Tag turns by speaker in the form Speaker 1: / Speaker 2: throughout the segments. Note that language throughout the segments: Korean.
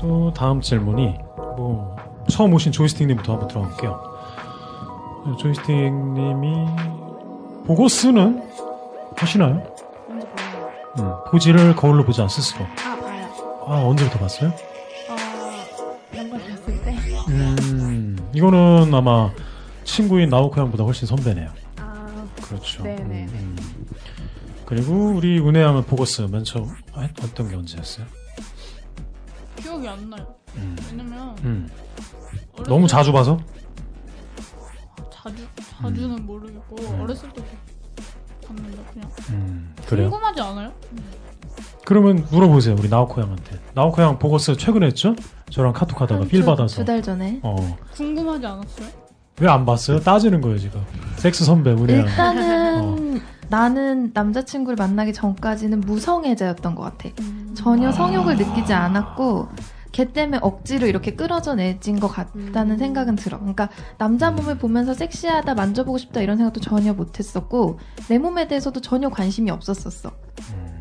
Speaker 1: 또 다음 질문이 뭐 처음 오신 조이스틱님부터 한번 들어볼게요. 조이스틱님이 보고 쓰는 하시나요?
Speaker 2: 먼저 보는 거.
Speaker 1: 음, 보지를 거울로 보지 않 스스로.
Speaker 2: 아 봐요.
Speaker 1: 아 언제부터 봤어요?
Speaker 2: 어 연관 봤을 때.
Speaker 1: 음 이거는 아마 친구인 나오코 형보다 훨씬 선배네요.
Speaker 2: 아
Speaker 1: 그렇죠.
Speaker 2: 네네네.
Speaker 1: 음, 음. 그리고 우리 은혜양은 보고 쓰면 처음 아, 어떤 게 언제였어요?
Speaker 2: 기억이 안 나요.
Speaker 1: 음,
Speaker 2: 왜냐면
Speaker 1: 음. 너무 자주 봐서?
Speaker 2: 자주 자주는 모르겠고
Speaker 1: 음.
Speaker 2: 어렸을 때 봤는데 그냥
Speaker 1: 음, 그래요.
Speaker 2: 궁금하지 않아요?
Speaker 1: 그러면 물어보세요 우리 나오코 형한테 나오코 형 보고서 최근에 했죠? 저랑 카톡 하다가 필 받아서
Speaker 3: 음, 두달 전에
Speaker 1: 어왜 안
Speaker 2: 궁금하지 않았어요?
Speaker 1: 봤어요? 따지는 거예요 지금 섹스 선배 우리 랑
Speaker 3: 일단은
Speaker 1: 어.
Speaker 3: 나는 남자친구를 만나기 전까지는 무성애자였던 것 같아 전혀 성욕을 느끼지 않았고 걔 때문에 억지로 이렇게 끌어져내진 것 같다는
Speaker 2: 음.
Speaker 3: 생각은 들어 그러니까
Speaker 1: 음.
Speaker 3: 남자 몸을 보면서 섹시하다 만져보고 싶다 이런 생각도 전혀 못했었고 내 몸에 대해서도 전혀 관심이 없었었어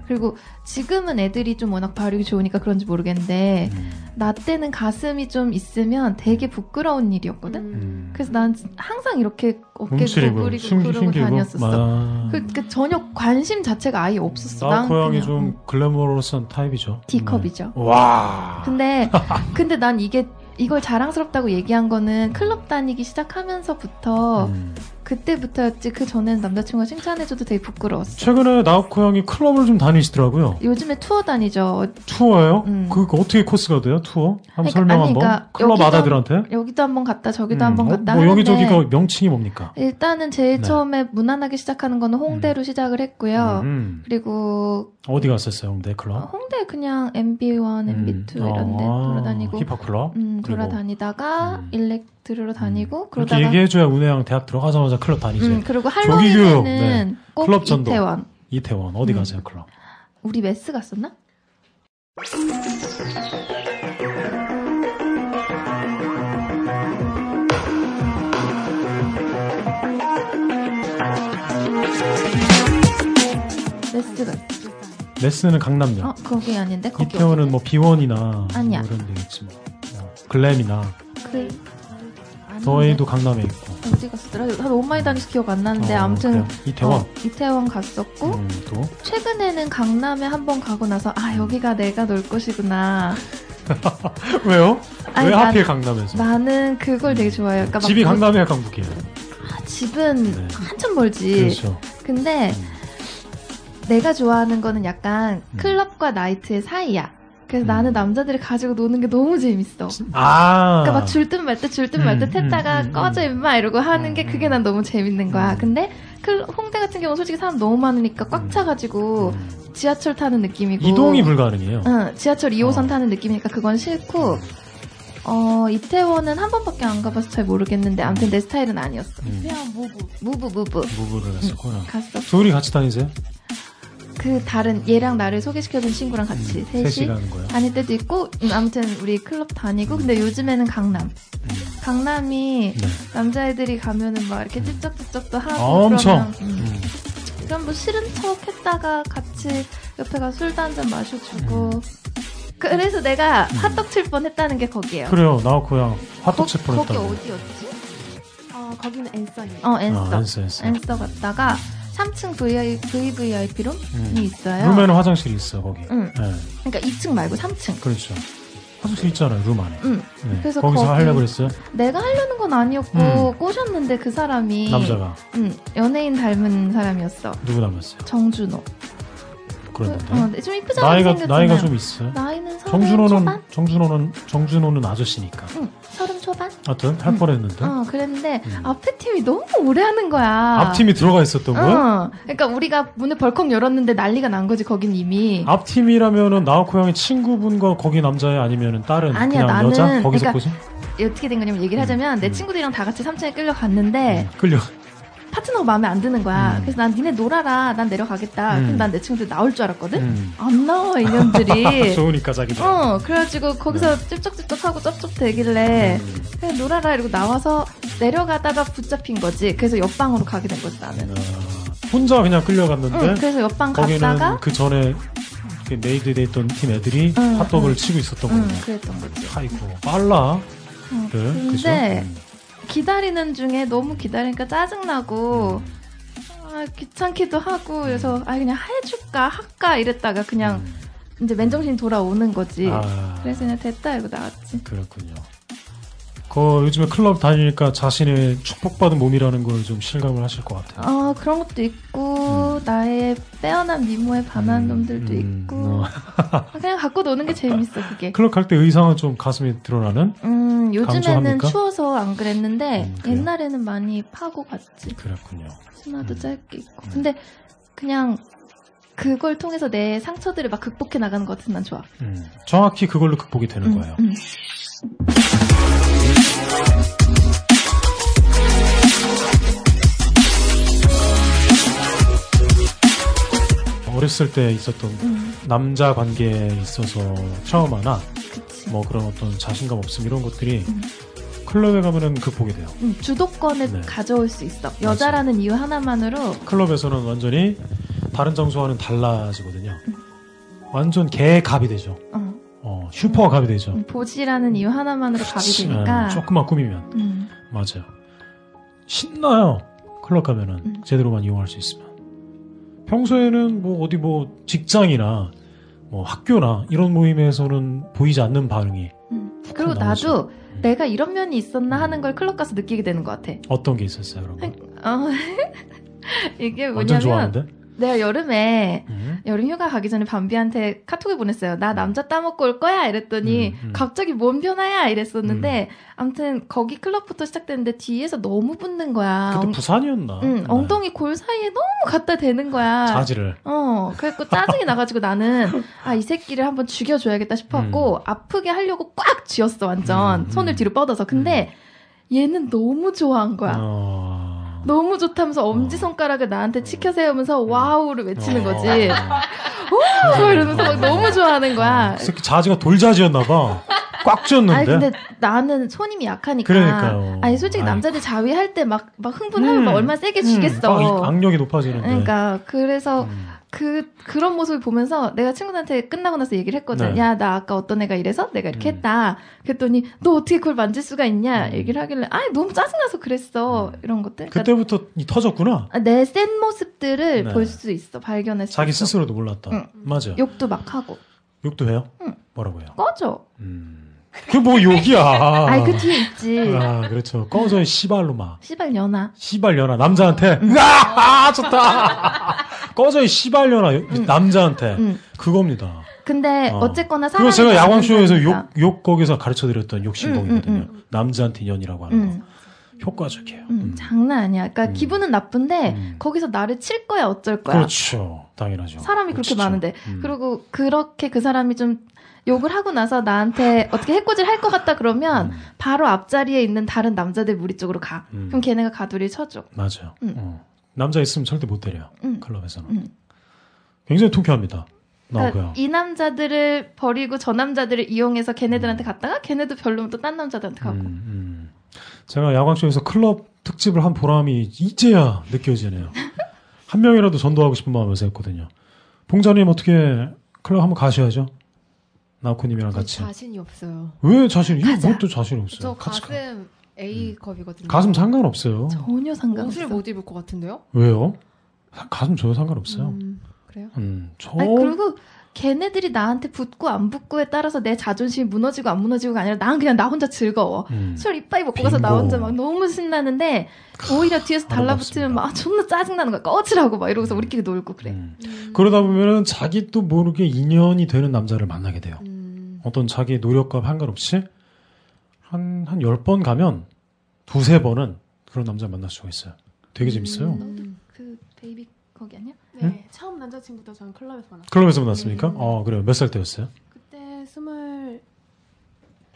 Speaker 3: 그리고 지금은 애들이 좀 워낙 발육이 좋으니까 그런지
Speaker 1: 음.
Speaker 3: 모르겠는데 나 때는 가슴이 좀 있으면 되게 부끄러운 일이었거든
Speaker 1: 음.
Speaker 3: 그래서 난 항상 이렇게 어깨
Speaker 1: 움츠리고
Speaker 3: 구부리고
Speaker 1: 숨기
Speaker 3: 그러고
Speaker 1: 숨기고
Speaker 3: 다녔었어.
Speaker 1: 아.
Speaker 3: 그, 그 전혀 관심 자체가 아예 없었어. 난
Speaker 1: 나오코 형이
Speaker 3: 그냥, 음,
Speaker 1: 좀 글래머러스한 타입이죠
Speaker 3: D컵이죠.
Speaker 1: 네. 와
Speaker 3: 근데 근데 난 이게 이걸 자랑스럽다고 얘기한 거는 클럽 다니기 시작하면서부터
Speaker 1: 음.
Speaker 3: 그때부터였지 그 전에는 남자친구가 칭찬해줘도 되게 부끄러웠어.
Speaker 1: 최근에 나오코 형이 클럽을 좀 다니시더라고요
Speaker 3: 요즘에 투어 다니죠.
Speaker 1: 투어예요?
Speaker 3: 음.
Speaker 1: 그 어떻게 코스가 돼요 투어? 한번
Speaker 3: 아니,
Speaker 1: 설명
Speaker 3: 아니,
Speaker 1: 한번
Speaker 3: 그러니까
Speaker 1: 클럽
Speaker 3: 여기도
Speaker 1: 아다들한테
Speaker 3: 여기도 한번 갔다 저기도
Speaker 1: 음,
Speaker 3: 한번
Speaker 1: 어,
Speaker 3: 갔다
Speaker 1: 뭐
Speaker 3: 하는데
Speaker 1: 여기저기가 명칭이 뭡니까?
Speaker 3: 일단은 제일
Speaker 1: 네.
Speaker 3: 처음에 무난하게 시작하는 거는 홍대로 시작을 했고요.
Speaker 1: 음.
Speaker 3: 그리고
Speaker 1: 어디 갔었어요, 홍대
Speaker 3: 어,
Speaker 1: 클럽? 음. 어,
Speaker 3: 홍대 그냥 MB1, MB2 이런 데 돌아다니고
Speaker 1: 힙합 클럽.
Speaker 3: 음,
Speaker 1: 그리고-
Speaker 3: 돌아다니다가
Speaker 1: 음.
Speaker 3: 일렉트로 다니고
Speaker 1: 그렇게
Speaker 3: 그러다가
Speaker 1: 음. 얘기해줘야 은혜양 대학 들어가자마자 클럽 다니지.
Speaker 3: 음, 그리고
Speaker 1: 조기교육,
Speaker 3: 할로윈에는
Speaker 1: 네.
Speaker 3: 꼭
Speaker 1: 클럽 전도.
Speaker 3: 이태원
Speaker 1: 이태원 어디
Speaker 3: 음.
Speaker 1: 가세요, 클럽?
Speaker 3: 우리 메스 갔었나? 메스 갔어.
Speaker 1: 레슨은 강남역.
Speaker 3: 어, 거기 아닌데 거기
Speaker 1: 이태원은 뭐 비원이나
Speaker 3: 아니야.
Speaker 1: 뭐 이런 데겠지 뭐. 어, 글램이나
Speaker 3: 어디야? 그 아닌데.
Speaker 1: 더웨이도 강남에 있고.
Speaker 3: 어디 갔었더라? 너무 많이 다녀서 기억 안 나는데
Speaker 1: 어,
Speaker 3: 아무튼
Speaker 1: 그래요. 이태원.
Speaker 3: 어, 이태원 갔었고
Speaker 1: 음, 또
Speaker 3: 최근에는 강남에 한 번 가고 나서 아 여기가 내가 놀 곳이구나.
Speaker 1: 왜요?
Speaker 3: 아니,
Speaker 1: 왜
Speaker 3: 난-
Speaker 1: 하필 강남에서? 음.
Speaker 3: 나는 그걸 되게 좋아해요. 그러니까 막
Speaker 1: 집이
Speaker 3: 그-
Speaker 1: 강남이야, 강북이에요.
Speaker 3: 아, 집은
Speaker 1: 네.
Speaker 3: 한참 멀지.
Speaker 1: 그렇죠.
Speaker 3: 근데
Speaker 1: 음.
Speaker 3: 내가 좋아하는 거는 약간
Speaker 1: 음.
Speaker 3: 클럽과 나이트의 사이야. 그래서
Speaker 1: 음.
Speaker 3: 나는 남자들이 가지고 노는 게 너무 재밌어.
Speaker 1: 아.
Speaker 3: 그러니까 막 줄 듯 말 듯 줄 듯 말 듯
Speaker 1: 음,
Speaker 3: 했다가
Speaker 1: 음, 음,
Speaker 3: 꺼져
Speaker 1: 음.
Speaker 3: 임마 이러고 하는 게
Speaker 1: 음,
Speaker 3: 그게 난 너무 재밌는 거야.
Speaker 1: 음.
Speaker 3: 근데 클- 홍대 같은 경우는 솔직히 사람 너무 많으니까 꽉
Speaker 1: 음.
Speaker 3: 차가지고
Speaker 1: 음.
Speaker 3: 지하철 타는 느낌이고
Speaker 1: 이동이 불가능해요.
Speaker 3: 어. 응, 지하철 2호선
Speaker 1: 어.
Speaker 3: 타는 느낌이니까 그건 싫고 어 이태원은 한 번밖에 안 가봐서 잘 모르겠는데 아무튼 내 스타일은 아니었어
Speaker 1: 음.
Speaker 2: 태양 모부.
Speaker 3: 무브 무브
Speaker 1: 무브를 했었구나.
Speaker 3: 갔어
Speaker 1: 둘이 같이 다니세요?
Speaker 3: 그 다른 얘랑 나를 소개시켜준 친구랑 같이 셋이
Speaker 1: 셋이라는 음, 거야.
Speaker 3: 다닐 때도 있고 음, 아무튼 우리 클럽 다니고 근데 요즘에는 강남 강남이
Speaker 1: 네.
Speaker 3: 남자애들이 가면은 막 이렇게 찝쩍찝쩍도 하고
Speaker 1: 아, 엄청.
Speaker 3: 그러면 음,
Speaker 1: 음.
Speaker 3: 그냥 뭐 싫은 척 했다가 같이 옆에 가서 술도 한 잔 마셔주고
Speaker 1: 음.
Speaker 3: 그래서 내가 화떡 칠 뻔 했다는 게 거기예요
Speaker 1: 그래요, 나오코 형 화톡 그렇죠. 칠
Speaker 3: 거- 어, 거기
Speaker 1: 뻔했다고.
Speaker 3: 어디였지?
Speaker 2: 아 거기는 앤서니.
Speaker 3: 어
Speaker 1: 아,
Speaker 3: 앤서
Speaker 1: 엔서, 엔서.
Speaker 3: 앤서 갔다가 3층 VVIP 룸이
Speaker 1: 음.
Speaker 3: 있어요.
Speaker 1: 룸에는 화장실이 있어 거기.
Speaker 3: 응.
Speaker 1: 네,
Speaker 3: 그러니까 2층 말고 3층.
Speaker 1: 그렇죠. 화장실 있잖아요 룸 안에.
Speaker 3: 응.
Speaker 1: 네.
Speaker 3: 그래서
Speaker 1: 거기서
Speaker 3: 거기-
Speaker 1: 하려고 그랬어요
Speaker 3: 내가 하려는 건 아니었고
Speaker 1: 음.
Speaker 3: 꼬셨는데 그 사람이
Speaker 1: 남자가
Speaker 3: 응, 연예인 닮은 사람이었어.
Speaker 1: 누구 닮았어요?
Speaker 3: 정준호.
Speaker 1: 그런
Speaker 3: 어,
Speaker 1: 남자.
Speaker 3: 근데 좀 이쁘잖아.
Speaker 1: 나이가
Speaker 3: 생겼잖아요.
Speaker 1: 나이가 좀 있어요.
Speaker 3: 나이는 서른 초반?
Speaker 1: 정준호는 정준호는 정준호는 아저씨니까.
Speaker 3: 응, 서른 초반?
Speaker 1: 하여튼 할
Speaker 3: 음.
Speaker 1: 뻔했는데
Speaker 3: 어, 그랬는데
Speaker 1: 네? 음.
Speaker 3: 앞에 팀이 너무 오래 하는 거야.
Speaker 1: 앞팀이 들어가 있었던 거야?
Speaker 3: 어, 그러니까 우리가 문을 벌컥 열었는데 난리가 난 거지 거긴 이미.
Speaker 1: 아. 앞팀이라면은 나오코 형의 친구분과 거기 남자야 아니면은 다른
Speaker 3: 아니야,
Speaker 1: 그냥
Speaker 3: 나는-
Speaker 1: 여자 거기서
Speaker 3: 그러니까
Speaker 1: 꼬신
Speaker 3: 어떻게 된 거냐면 얘기를 하자면 내
Speaker 1: 음.
Speaker 3: 친구들이랑 다 같이 3층에 끌려갔는데
Speaker 1: 끌려
Speaker 3: 파트너가 마음에 안 드는 거야.
Speaker 1: 음.
Speaker 3: 그래서 난 니네 놀아라, 난 내려가겠다.
Speaker 1: 음.
Speaker 3: 근데 난 내 친구들 나올 줄 알았거든.
Speaker 1: 음.
Speaker 3: 안 나와 이년들이.
Speaker 1: 좋으니까 자기도
Speaker 3: 네. 어, 그래가지고 거기서 찝쩍찝쩍하고 쩝쩝 대길래
Speaker 1: 음.
Speaker 3: 그냥 놀아라 이러고 나와서 내려가다가 붙잡힌 거지. 그래서 옆방으로 가게 된 거지 나는.
Speaker 1: 아, 혼자 그냥 끌려갔는데
Speaker 3: 응, 그래서 옆방
Speaker 1: 네? 거기는
Speaker 3: 갔다가
Speaker 1: 그 전에 그 메이드 돼 있던 팀 애들이
Speaker 3: 응,
Speaker 1: 핫도그를
Speaker 3: 응.
Speaker 1: 치고 있었던
Speaker 3: 응,
Speaker 1: 거예요.
Speaker 3: 그랬던 거지.
Speaker 1: 아이고 빨라.
Speaker 3: 응,
Speaker 1: 그, 그죠?
Speaker 3: 근데
Speaker 1: 음.
Speaker 3: 기다리는 중에 너무 기다리니까 짜증나고
Speaker 1: 음.
Speaker 3: 아, 귀찮기도 하고 그래서 아 그냥 해줄까 할까 이랬다가 그냥
Speaker 1: 음.
Speaker 3: 이제 맨정신 돌아오는 거지.
Speaker 1: 아,
Speaker 3: 그래서 그냥 됐다 이러고 나왔지.
Speaker 1: 그렇군요. 그 요즘에 클럽 다니니까 자신의 축복받은 몸이라는 걸 좀 실감을 하실 것 같아요.
Speaker 3: 아 그런 것도 있고 나의 빼어난 미모에 반한
Speaker 1: 음,
Speaker 3: 놈들도
Speaker 1: 음,
Speaker 3: 있고 아,
Speaker 1: 어.
Speaker 3: 그냥 갖고 노는 게 재밌어 그게.
Speaker 1: 클럽 갈 때 의상은 좀 가슴이 드러나는
Speaker 3: 음 요즘에는
Speaker 1: 강조합니까?
Speaker 3: 추워서 안 그랬는데
Speaker 1: 음, 그래요?
Speaker 3: 옛날에는 많이 파고 갔지
Speaker 1: 그렇군요.
Speaker 3: 치마도
Speaker 1: 음.
Speaker 3: 짧게 입고 근데 그냥 그걸 통해서 내 상처들을 막 극복해 나가는 것 같아서 난 좋아.
Speaker 1: 음, 정확히 그걸로 극복이 되는
Speaker 3: 음,
Speaker 1: 거예요.
Speaker 3: 음.
Speaker 1: 어렸을 때 있었던
Speaker 3: 음,
Speaker 1: 남자 관계에 있어서 트라우마나
Speaker 3: 그치.
Speaker 1: 뭐 그런 어떤 자신감 없음 이런 것들이
Speaker 3: 음.
Speaker 1: 클럽에 가면은 그 극복이 돼요.
Speaker 3: 음, 주도권을
Speaker 1: 네.
Speaker 3: 가져올 수 있어. 여자라는 이유 하나만으로
Speaker 1: 클럽에서는 완전히 다른 장소와는 달라지거든요. 완전 개갑이 되죠.
Speaker 3: 어,
Speaker 1: 어, 슈퍼갑이 되죠.
Speaker 3: 음, 보지라는 이유 하나만으로 갑이
Speaker 1: 치-
Speaker 3: 되니까.
Speaker 1: 예, 조금만 꾸미면
Speaker 3: 음.
Speaker 1: 맞아요. 신나요. 클럽 가면은
Speaker 3: 음.
Speaker 1: 제대로만 이용할 수 있으면. 평소에는 뭐 어디 뭐 직장이나 뭐 학교나 이런 모임에서는 보이지 않는 반응이
Speaker 3: 음. 그리고
Speaker 1: 나오죠.
Speaker 3: 나도 내가 이런 면이 있었나 하는 걸 클럽 가서 느끼게 되는 것 같아.
Speaker 1: 어떤 게 있었어요, 그런 거?
Speaker 3: 어, 이게
Speaker 1: 완전
Speaker 3: 뭐냐면
Speaker 1: 좋아하는데.
Speaker 3: 내가 여름에
Speaker 1: 음.
Speaker 3: 여름 휴가 가기 전에 밤비한테 카톡을 보냈어요. 나 남자 따먹고 올 거야 이랬더니
Speaker 1: 음, 음.
Speaker 3: 갑자기 뭔 변화야 이랬었는데 아무튼 거기 클럽부터 시작됐는데 뒤에서 너무 붙는 거야.
Speaker 1: 그때
Speaker 3: 엉,
Speaker 1: 부산이었나?
Speaker 3: 응,
Speaker 1: 네.
Speaker 3: 아, 음, 엉덩이 골 사이에 너무 갖다 대는 거야.
Speaker 1: 자질을.
Speaker 3: 어, 그래갖고 짜증이 나가지고 나는, 아, 이 새끼를 한번 죽여줘야겠다 싶어갖고, 아프게 하려고 꽉 쥐었어, 완전.
Speaker 1: 음, 음.
Speaker 3: 손을 뒤로 뻗어서. 근데, 얘는 너무 좋아한 거야. 뭐
Speaker 1: 어. 음. 어.
Speaker 3: 너무 좋다면서 엄지손가락을 나한테 치켜 세우면서, 와우를 외치는 거지. 오! 이러면서 막 너무 좋아하는
Speaker 1: 어,
Speaker 3: 거야.
Speaker 1: 그 새끼 자지가 돌자지였나 봐. 꽉 쥐었는데.
Speaker 3: 아니, 근데 나는 손 힘이 약하니까.
Speaker 1: 그러니까요.
Speaker 3: 아니, 솔직히
Speaker 1: 아이고.
Speaker 3: 남자들 자위할 때 막, 막 흥분하면
Speaker 1: 음.
Speaker 3: 막 얼마나
Speaker 1: 음,
Speaker 3: 세게
Speaker 1: 막 이-
Speaker 3: 쥐겠어.
Speaker 1: 악력이 높아지는데.
Speaker 3: 그러니까, 그래서,
Speaker 1: 음.
Speaker 3: 그 그런 모습을 보면서 내가 친구들한테 끝나고 나서 얘기를 했거든.
Speaker 1: 네.
Speaker 3: 야, 나 아까 어떤 애가 이래서 내가 이렇게
Speaker 1: 음.
Speaker 3: 했다. 그랬더니 너 어떻게 그걸 만질 수가 있냐?
Speaker 1: 음.
Speaker 3: 얘기를 하길래 아, 너무 짜증나서 그랬어.
Speaker 1: 음.
Speaker 3: 이런 것들. 그러니까
Speaker 1: 그때부터 이 터졌구나.
Speaker 3: 내 센 모습들을
Speaker 1: 네.
Speaker 3: 볼 수 있어. 발견했어.
Speaker 1: 자기 스스로도 몰랐다.
Speaker 3: 응.
Speaker 1: 맞아요.
Speaker 3: 음. 욕도 음. 막 하고
Speaker 1: 욕... 도 해요?
Speaker 3: 응.
Speaker 1: 뭐라고요?
Speaker 3: 꺼져.
Speaker 1: 음. 그뭐 욕이야.
Speaker 3: 아, 이그 뒤에 있지.
Speaker 1: 아, 그렇죠. 꺼져 이 씨발로마.
Speaker 3: 씨발 연아.
Speaker 1: 씨발려나 남자한테.
Speaker 3: 음.
Speaker 1: 으아! 아, 좋다. 꺼져 이 씨발려나 남자한테.
Speaker 3: 응.
Speaker 1: 그겁니다.
Speaker 3: 근데
Speaker 1: 네. 어.
Speaker 3: 어. 쨌거나 사람
Speaker 1: 그거 제가 야광쇼에서 욕, 욕 거기서 가르쳐드렸던 욕신동이거든요.
Speaker 3: 음, 음,
Speaker 1: 남자한테 연이라고 하는
Speaker 3: 응.
Speaker 1: 거. 효과적이에요.
Speaker 3: 응.
Speaker 1: 음.
Speaker 3: 장난 아니야. 그러니까
Speaker 1: 음.
Speaker 3: 기분은 나쁜데
Speaker 1: 음.
Speaker 3: 거기서 나를 칠 거야, 어쩔 거야.
Speaker 1: 그렇죠. 당연하죠.
Speaker 3: 사람이 그렇게
Speaker 1: 진짜.
Speaker 3: 많은데. 그러니까
Speaker 1: 음.
Speaker 3: 그리고 그렇게 그 사람이 좀 욕을 하고 나서 나한테 어떻게 해코지를 할 것 같다 그러면
Speaker 1: 음.
Speaker 3: 바로 앞자리에 있는 다른 남자들 무리 쪽으로 가.
Speaker 1: 음.
Speaker 3: 그럼 걔네가 가두리를 쳐줘.
Speaker 1: 맞아요.
Speaker 3: 음.
Speaker 1: 어. 남자 있으면 절대 못 때려요.
Speaker 3: 음.
Speaker 1: 클럽에서는.
Speaker 3: 음.
Speaker 1: 굉장히 통쾌합니다.
Speaker 3: 그러니까
Speaker 1: 나오고요.
Speaker 3: 이 남자들을 버리고 저 남자들을 이용해서 걔네들한테 갔다가 걔네도 별로면 또 딴 남자들한테 가고.
Speaker 1: 음, 음. 제가 야광쇼에서 클럽 특집을 한 보람이 이제야 느껴지네요. 한 명이라도 전도하고 싶은 마음에서 했거든요. 봉자님 어떻게 클럽 한번 가셔야죠? 나코님이랑
Speaker 4: 저
Speaker 1: 아, 같이.
Speaker 4: 자신이 없어요.
Speaker 1: 왜 자신, 이거
Speaker 3: 가자.
Speaker 1: 뭐또 자신
Speaker 4: 저
Speaker 1: 없어요? 같이 가. 음.
Speaker 4: 가슴 A 컵이거든요.
Speaker 1: 가슴 상관없어요.
Speaker 3: 전혀 상관없어.
Speaker 4: 옷을 못 입을 것 같은데요?
Speaker 1: 왜요? 사- 가슴 줘요 상관없어요. 음,
Speaker 3: 음, 그래요?
Speaker 1: 저
Speaker 3: 아니 그리고 걔네들이 나한테 붙고 안 붙고에 따라서 내 자존심이 무너지고 안 무너지고가 아니라 난 그냥 나 혼자 즐거워.
Speaker 1: 음.
Speaker 3: 술 이빠이 먹고 가서 나
Speaker 1: 빙고.
Speaker 3: 혼자 막 너무 신나는데 오히려 뒤에서 달라붙으면 막 아, 존나 짜증나는 거야 꺼지라고 막 이러고서 우리끼리 놀고 그래
Speaker 1: 음. 그러다 보면은 자기 또 모르게 인연이 되는 남자를 만나게 돼요.
Speaker 3: 음.
Speaker 1: 어떤 자기의 노력과 상관없이 한, 한 10번 가면 두세 번은 그런 남자 만날 수가 있어요. 되게 재밌어요.
Speaker 3: 음. 그 베이비 거기 아니야?
Speaker 4: 네, 처음 남자친구도 저는 클럽에서 만났어요.
Speaker 1: 클럽에서 만났습니까?
Speaker 4: 음.
Speaker 1: 어, 그래요. 몇 살 때였어요?
Speaker 4: 그때 스물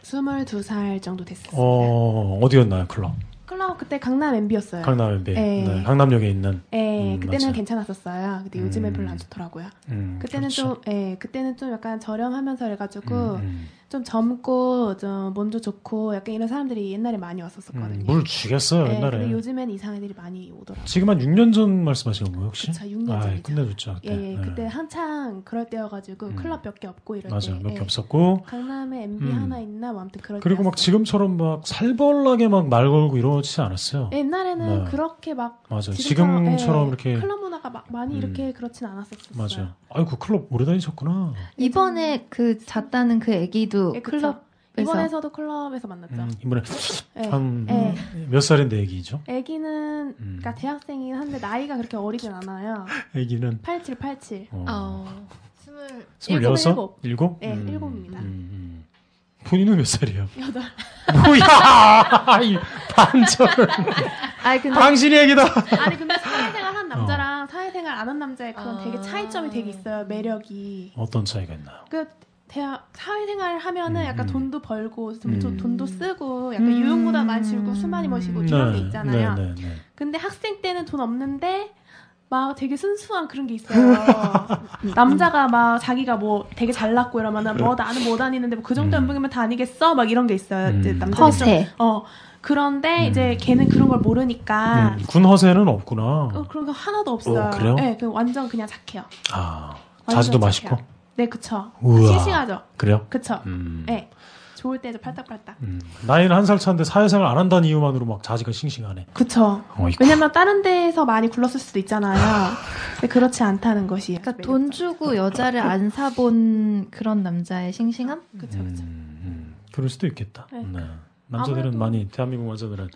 Speaker 4: 스물두 살 정도 됐어요.
Speaker 1: 어, 어디였나요, 클럽?
Speaker 4: 클럽 그때 강남 MB였어요.
Speaker 1: 강남 비
Speaker 4: 네.
Speaker 1: 네, 강남역에 있는.
Speaker 4: 예,
Speaker 1: 음,
Speaker 4: 그때는
Speaker 1: 맞아요.
Speaker 4: 괜찮았었어요. 근데 요즘에
Speaker 1: 음.
Speaker 4: 별로 안 좋더라고요.
Speaker 1: 음,
Speaker 4: 그때는
Speaker 1: 그렇죠.
Speaker 4: 좀, 예, 그때는 좀 약간 저렴하면서 그래가지고
Speaker 1: 음,
Speaker 4: 좀 젊고 좀 몸도 좋고 약간 이런 사람들이 옛날에
Speaker 1: 음,
Speaker 4: 많이
Speaker 1: 음.
Speaker 4: 왔었었거든요.
Speaker 1: 물 죽였어요,
Speaker 4: 예,
Speaker 1: 옛날에.
Speaker 4: 근데 요즘엔 이상한 애들이 많이 오더라고요.
Speaker 1: 지금 한 6년 전 말씀하시는 거예요, 혹시?
Speaker 4: 그쵸, 6년
Speaker 1: 아,
Speaker 4: 전이죠.
Speaker 1: 끝내줬죠.
Speaker 4: 예,
Speaker 1: 그때.
Speaker 4: 예,
Speaker 1: 네.
Speaker 4: 그때 한창 그럴 때여가지고
Speaker 1: 음.
Speaker 4: 클럽 몇 개 없고 이럴 때.
Speaker 1: 맞아요. 몇 개
Speaker 4: 예.
Speaker 1: 없었고.
Speaker 4: 강남에 MB
Speaker 1: 음.
Speaker 4: 하나 있나 뭐 아무튼 그럴 때.
Speaker 1: 그리고 막 지금처럼 막 살벌하게 막 말 걸고 이러지 않았어요.
Speaker 4: 옛날에는
Speaker 1: 네.
Speaker 4: 그렇게 막
Speaker 1: 맞아요.
Speaker 4: 예, 지금처럼,
Speaker 1: 지금처럼
Speaker 4: 예,
Speaker 1: 이렇게
Speaker 4: 클럽 문화가 막 많이
Speaker 1: 음.
Speaker 4: 이렇게 그렇진 않았었어요.
Speaker 1: 맞아요. 아유 그 클럽 오래 다니셨구나.
Speaker 3: 이번에 그 잤다는 그 애기도
Speaker 4: 예,
Speaker 3: 클럽에서
Speaker 4: 클럽 이번에서도 클럽에서 만났죠.
Speaker 1: 음, 이번에
Speaker 4: 그렇죠. 예.
Speaker 1: 한
Speaker 4: 예.
Speaker 1: 몇 살인데 애기죠?
Speaker 4: 애기는
Speaker 1: 음.
Speaker 4: 그러니까 대학생이긴 한데 나이가 그렇게 어리진 않아요.
Speaker 1: 애기는
Speaker 4: 87, 87.
Speaker 1: 어,
Speaker 5: 아,
Speaker 3: 어.
Speaker 4: 스물
Speaker 1: 스물여섯,
Speaker 4: 일곱.
Speaker 1: 일곱?
Speaker 4: 네,
Speaker 1: 음,
Speaker 4: 일곱입니다.
Speaker 1: 음, 음. 본인은 몇 살이에요?
Speaker 4: 여덟.
Speaker 1: 뭐야! 이 반전.
Speaker 3: 아니 근데
Speaker 1: 당신이 애기다.
Speaker 4: 아니 근데 사회생활 한
Speaker 1: 어.
Speaker 4: 남자랑 사회생활 안 한 남자의 그런
Speaker 3: 아.
Speaker 4: 되게 차이점이 되게 있어요. 매력이.
Speaker 1: 어떤 차이가 있나요?
Speaker 4: 그 대학 사회생활 하면은
Speaker 1: 음,
Speaker 4: 약간
Speaker 1: 음.
Speaker 4: 돈도 벌고 좀,
Speaker 1: 음.
Speaker 4: 좀 돈도 쓰고 약간
Speaker 1: 음.
Speaker 4: 유용보다 많이 줄고 술 많이 마시고 이런 게뭐 있잖아요.
Speaker 1: 네, 네, 네.
Speaker 4: 근데 학생 때는 돈 없는데 막 되게 순수한 그런 게 있어요. 남자가 막 자기가 뭐 되게 잘났고 이러면은 뭐 나는 못 다니는데 뭐 그 정도
Speaker 1: 음.
Speaker 4: 연봉이면 다니겠어 막 이런 게 있어요. 이제
Speaker 1: 음.
Speaker 4: 남자
Speaker 3: 허세
Speaker 4: 어 그런데
Speaker 1: 음.
Speaker 4: 이제 걔는 그런 걸 모르니까
Speaker 1: 음, 군 허세는 없구나.
Speaker 4: 아. 어, 그런 거 하나도 없어요.
Speaker 1: 어, 그래요?
Speaker 4: 네, 그 완전 그냥 착해요.
Speaker 1: 아,
Speaker 4: 완전
Speaker 1: 자주도
Speaker 4: 착해요.
Speaker 1: 맛있고.
Speaker 4: 네, 그쵸.
Speaker 1: 우와.
Speaker 4: 싱싱하죠.
Speaker 1: 그래요?
Speaker 4: 그쵸.
Speaker 1: 음.
Speaker 4: 네, 좋을 때도 팔딱팔딱.
Speaker 1: 음, 나이는 한 살 차인데 사회생활 안 한다는 이유만으로 막 자지가 싱싱하네.
Speaker 4: 그쵸.
Speaker 1: 어이구.
Speaker 4: 왜냐면 다른 데에서 많이 굴렀을 수도 있잖아요. 근데 그렇지 않다는 것이.
Speaker 3: 그러니까 돈 주고 여자를 안 사본 그런 남자의 싱싱함?
Speaker 4: 그쵸, 그쵸.
Speaker 1: 음, 음. 그럴 수도 있겠다.
Speaker 4: 네.
Speaker 1: 네. 남자들은
Speaker 4: 아무래도-
Speaker 1: 많이 대한민국 남자들은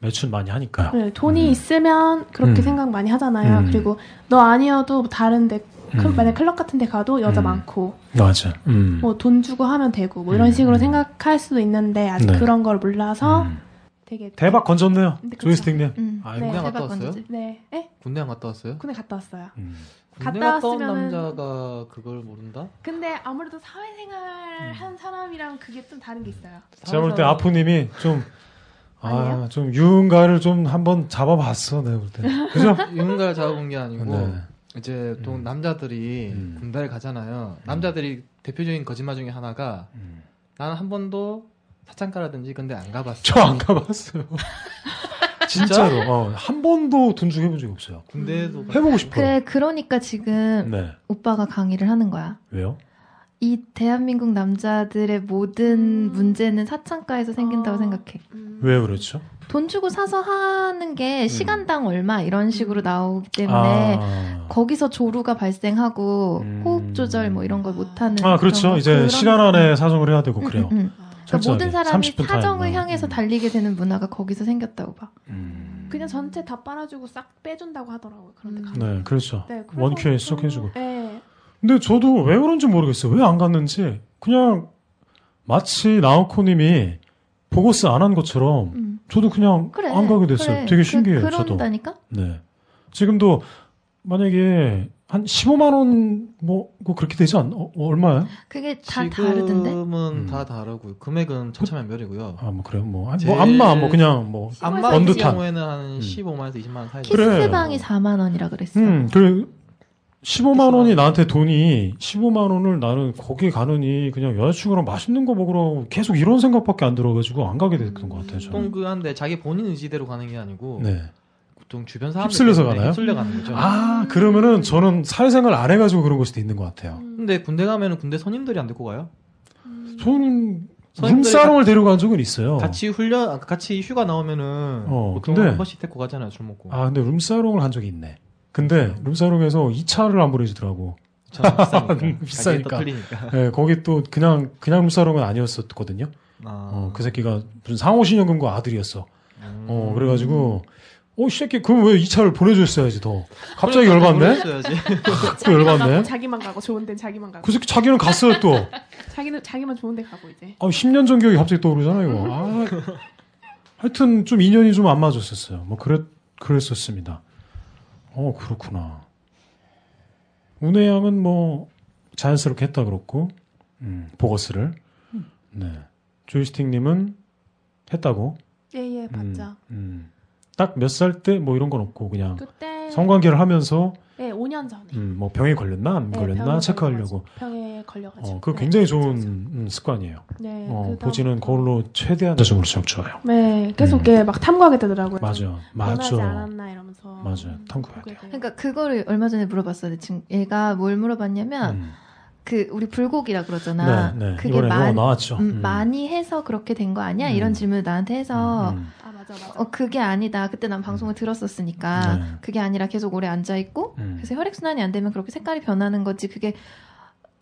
Speaker 1: 매춘 많이 하니까요.
Speaker 4: 네, 돈이
Speaker 1: 음.
Speaker 4: 있으면 그렇게
Speaker 1: 음.
Speaker 4: 생각 많이 하잖아요.
Speaker 1: 음.
Speaker 4: 그리고 너 아니어도 뭐 다른데
Speaker 1: 음.
Speaker 4: 만약 클럽 같은데 가도 여자
Speaker 1: 음.
Speaker 4: 많고
Speaker 1: 맞아. 음.
Speaker 4: 뭐 돈 주고 하면 되고 뭐 이런
Speaker 1: 음.
Speaker 4: 식으로 생각할 수도 있는데 아직
Speaker 1: 네.
Speaker 4: 그런 걸 몰라서
Speaker 1: 음.
Speaker 4: 되게
Speaker 1: 대박 건졌네요.
Speaker 4: 근데 그쵸.
Speaker 1: 조이스틱님.
Speaker 3: 음.
Speaker 6: 아,
Speaker 4: 네,
Speaker 6: 군대 안 갔다
Speaker 3: 대박
Speaker 6: 왔어요?
Speaker 3: 건지.
Speaker 4: 네, 에
Speaker 6: 군대 안 갔다 왔어요?
Speaker 4: 군대 갔다 왔어요.
Speaker 1: 음.
Speaker 6: 군대
Speaker 4: 갔다
Speaker 6: 갔다 온
Speaker 4: 왔으면은-
Speaker 6: 남자가 그걸 모른다?
Speaker 4: 근데 아무래도 사회생활 한 사람이랑 그게 좀 다른 게 있어요.
Speaker 1: 음. 제가 볼 때 아프님이 좀 아,
Speaker 4: 아니에요?
Speaker 1: 좀 유흥가를 좀 한번 잡아봤어, 내가 볼 때. 그죠?
Speaker 6: 유흥가를 잡아본 게 아니고
Speaker 1: 네.
Speaker 6: 이제 또
Speaker 1: 음.
Speaker 6: 남자들이
Speaker 1: 음.
Speaker 6: 예, 군대를 가잖아요. 남자들이 대표적인 거짓말 중에 하나가
Speaker 1: 음.
Speaker 6: 나는 한 번도 사창가라든지 근데 안 가봤어.
Speaker 1: 저 안 가봤어요. 진짜로. 어, 한 번도 돈 주고 해본 적이 없어요.
Speaker 4: 음.
Speaker 6: 군대도
Speaker 1: 해보고 싶어요.
Speaker 3: 그래 그러니까
Speaker 6: 음.
Speaker 3: 지금
Speaker 1: 네.
Speaker 3: 오빠가 강의를 하는 거야
Speaker 1: 왜요?
Speaker 3: 이 대한민국 남자들의 모든
Speaker 4: 음.
Speaker 3: 문제는 사창가에서 생긴다고
Speaker 4: 어.
Speaker 3: 생각해
Speaker 4: 음.
Speaker 1: 왜 그렇죠?
Speaker 3: 돈 주고 사서 하는 게 시간당 얼마 이런
Speaker 6: 음.
Speaker 3: 식으로 나오기 때문에
Speaker 1: 음. 아.
Speaker 3: 거기서 조루가 발생하고
Speaker 1: 음.
Speaker 3: 호흡 조절 뭐 이런 걸 못하는
Speaker 1: 아,
Speaker 3: 그런
Speaker 1: 그렇죠.
Speaker 3: 거.
Speaker 1: 이제
Speaker 3: 그런-
Speaker 1: 시간 안에 사정을 해야 되고
Speaker 3: 음, 음,
Speaker 1: 그래요.
Speaker 3: 음.
Speaker 5: 아.
Speaker 3: 그러니까 모든
Speaker 1: 철저하게.
Speaker 3: 사람이
Speaker 1: 30분
Speaker 3: 사정을
Speaker 1: 타임.
Speaker 3: 향해서
Speaker 1: 음.
Speaker 3: 달리게 되는 문화가 거기서 생겼다고 봐.
Speaker 1: 음.
Speaker 4: 그냥 전체 다 빨아주고 싹 빼준다고 하더라고요. 그런데
Speaker 3: 음.
Speaker 4: 가면.
Speaker 1: 네, 그렇죠.
Speaker 4: 네, 그래서
Speaker 1: 원큐에
Speaker 4: 좀-
Speaker 1: 수속해주고.
Speaker 4: 네,
Speaker 1: 근데 저도 왜 그런지 모르겠어요. 왜 안 갔는지 그냥 마치 나오코님이 보고스 안 한 것처럼
Speaker 3: 음.
Speaker 1: 저도 그냥
Speaker 3: 그래.
Speaker 1: 안 가게 됐어요.
Speaker 3: 그래.
Speaker 1: 되게
Speaker 3: 그-
Speaker 1: 신기해요. 저도.
Speaker 3: 그런다니까?
Speaker 1: 네. 지금도 만약에 한 15만 원뭐 그렇게 되지 않? 어, 얼마야?
Speaker 3: 그게 다
Speaker 6: 지금은
Speaker 3: 다르던데?
Speaker 6: 다 다르고 금액은 천차만별이고요.
Speaker 1: 아, 뭐 그래요. 뭐, 아니,
Speaker 6: 제일-
Speaker 1: 뭐 안마 뭐 그냥 뭐
Speaker 6: 안마
Speaker 4: 시골
Speaker 6: 같은
Speaker 1: 언뜻한.
Speaker 6: 경우에는 한
Speaker 1: 음.
Speaker 6: 15만에서 20만 원 사이.
Speaker 1: 그래.
Speaker 3: 키스방이 4만 원이라 그랬어.
Speaker 1: 음, 그 15만
Speaker 3: 그렇죠.
Speaker 1: 원이 나한테 돈이 15만 원을 나는 거기 가느니 그냥 여자친구랑 맛있는 거 먹으러 계속 이런 생각밖에 안 들어가지고 안 가게 됐던 것 같아요. 저는.
Speaker 6: 보통 그한데 자기 본인 의지대로 가는 게 아니고
Speaker 1: 네.
Speaker 6: 보통 주변 사람들
Speaker 1: 휩쓸려서
Speaker 6: 때문에
Speaker 1: 가나요?
Speaker 6: 휩쓸려 가는 거죠.
Speaker 1: 아 그러면은 저는 사회생활 안 해가지고 그런 걸 수도 있는 것 같아요.
Speaker 6: 근데 군대 가면은 군대 선임들이 안 데리고 가요.
Speaker 1: 저는
Speaker 6: 선임들이
Speaker 1: 룸사롱을 데려간 적은 있어요.
Speaker 6: 같이 훈련, 아, 같이 휴가 나오면은
Speaker 1: 어,
Speaker 6: 보통
Speaker 1: 근데-
Speaker 6: 한 번씩 데리고 가잖아요, 술 먹고.
Speaker 1: 아 근데 룸사롱을 한 적이 있네. 근데 룸사롱에서 이 차를 안 보내주더라고.
Speaker 6: 저는 비싸니까.
Speaker 1: 비싸니까.
Speaker 6: 네, 가격이 또 틀리니까.
Speaker 1: 예, 거기 또 그냥 그냥 룸사롱은 아니었었거든요.
Speaker 6: 아.
Speaker 1: 어, 그 새끼가 무슨 상호신용금고 아들이었어.
Speaker 6: 음.
Speaker 1: 어, 그래가지고 어, 이 새끼 그럼 왜 이 차를 보내줬어야지 더. 갑자기 열받네.
Speaker 6: 그랬어야지.
Speaker 1: 또
Speaker 4: 자기만
Speaker 1: 열받네.
Speaker 4: 가고 자기만 가고 좋은 데는 자기만 가고
Speaker 1: 그 새끼 자기는 갔어요 또.
Speaker 4: 자기는 자기만 좋은 데 가고 이제
Speaker 1: 아, 10년 전 기억이 갑자기 떠오르잖아, 이거. 아, 하여튼 좀 인연이 좀 안 맞았었어요. 뭐, 그랬, 그랬었습니다. 어, 그렇구나. 운의 양은 뭐, 자연스럽게 했다 그렇고, 음, 보거스를. 네. 조이스틱님은 했다고.
Speaker 4: 예예 네,
Speaker 1: 음.
Speaker 4: 봤자
Speaker 1: 딱 몇 살 때 뭐 이런 건 없고, 그냥
Speaker 4: 그때
Speaker 1: 성관계를 하면서,
Speaker 4: 예 5년 전에
Speaker 1: 음, 뭐 병에 걸렸나, 안
Speaker 4: 네,
Speaker 1: 걸렸나
Speaker 4: 병에
Speaker 1: 체크하려고.
Speaker 4: 걸려가지고, 병에 걸려가지고
Speaker 1: 어, 그거
Speaker 4: 네,
Speaker 1: 굉장히 좋은
Speaker 4: 맞아, 맞아.
Speaker 1: 음, 습관이에요.
Speaker 4: 네,
Speaker 1: 어,
Speaker 4: 그다음-
Speaker 1: 보지는 걸로 최대한 자정으로 적줘요.
Speaker 4: 네
Speaker 1: 음.
Speaker 4: 계속 이렇게 막 탐구하게 되더라고요
Speaker 1: 맞아요.
Speaker 4: 변하지
Speaker 1: 맞죠.
Speaker 4: 않았나 이러면서 음,
Speaker 1: 맞아요. 탐구해야
Speaker 4: 보게
Speaker 1: 돼요.
Speaker 4: 돼요.
Speaker 3: 그러니까 그거를 얼마 전에 물어봤어요. 내 친구. 얘가 뭘 물어봤냐면
Speaker 1: 음.
Speaker 3: 그 우리 불고기라 그러잖아.
Speaker 1: 네, 네.
Speaker 3: 그게
Speaker 1: 이번에 영어
Speaker 3: 많,
Speaker 1: 나왔죠.
Speaker 3: 음,
Speaker 1: 음.
Speaker 3: 많이 해서 그렇게 된 거 아니야?
Speaker 1: 음.
Speaker 3: 이런 질문을 나한테 해서
Speaker 1: 음,
Speaker 4: 아 맞아 맞아
Speaker 3: 어 그게 아니다. 그때 난 방송을 들었었으니까
Speaker 1: 네.
Speaker 3: 그게 아니라 계속 오래 앉아 있고
Speaker 1: 음.
Speaker 3: 그래서 혈액 순환이 안 되면 그렇게 색깔이 변하는 거지. 그게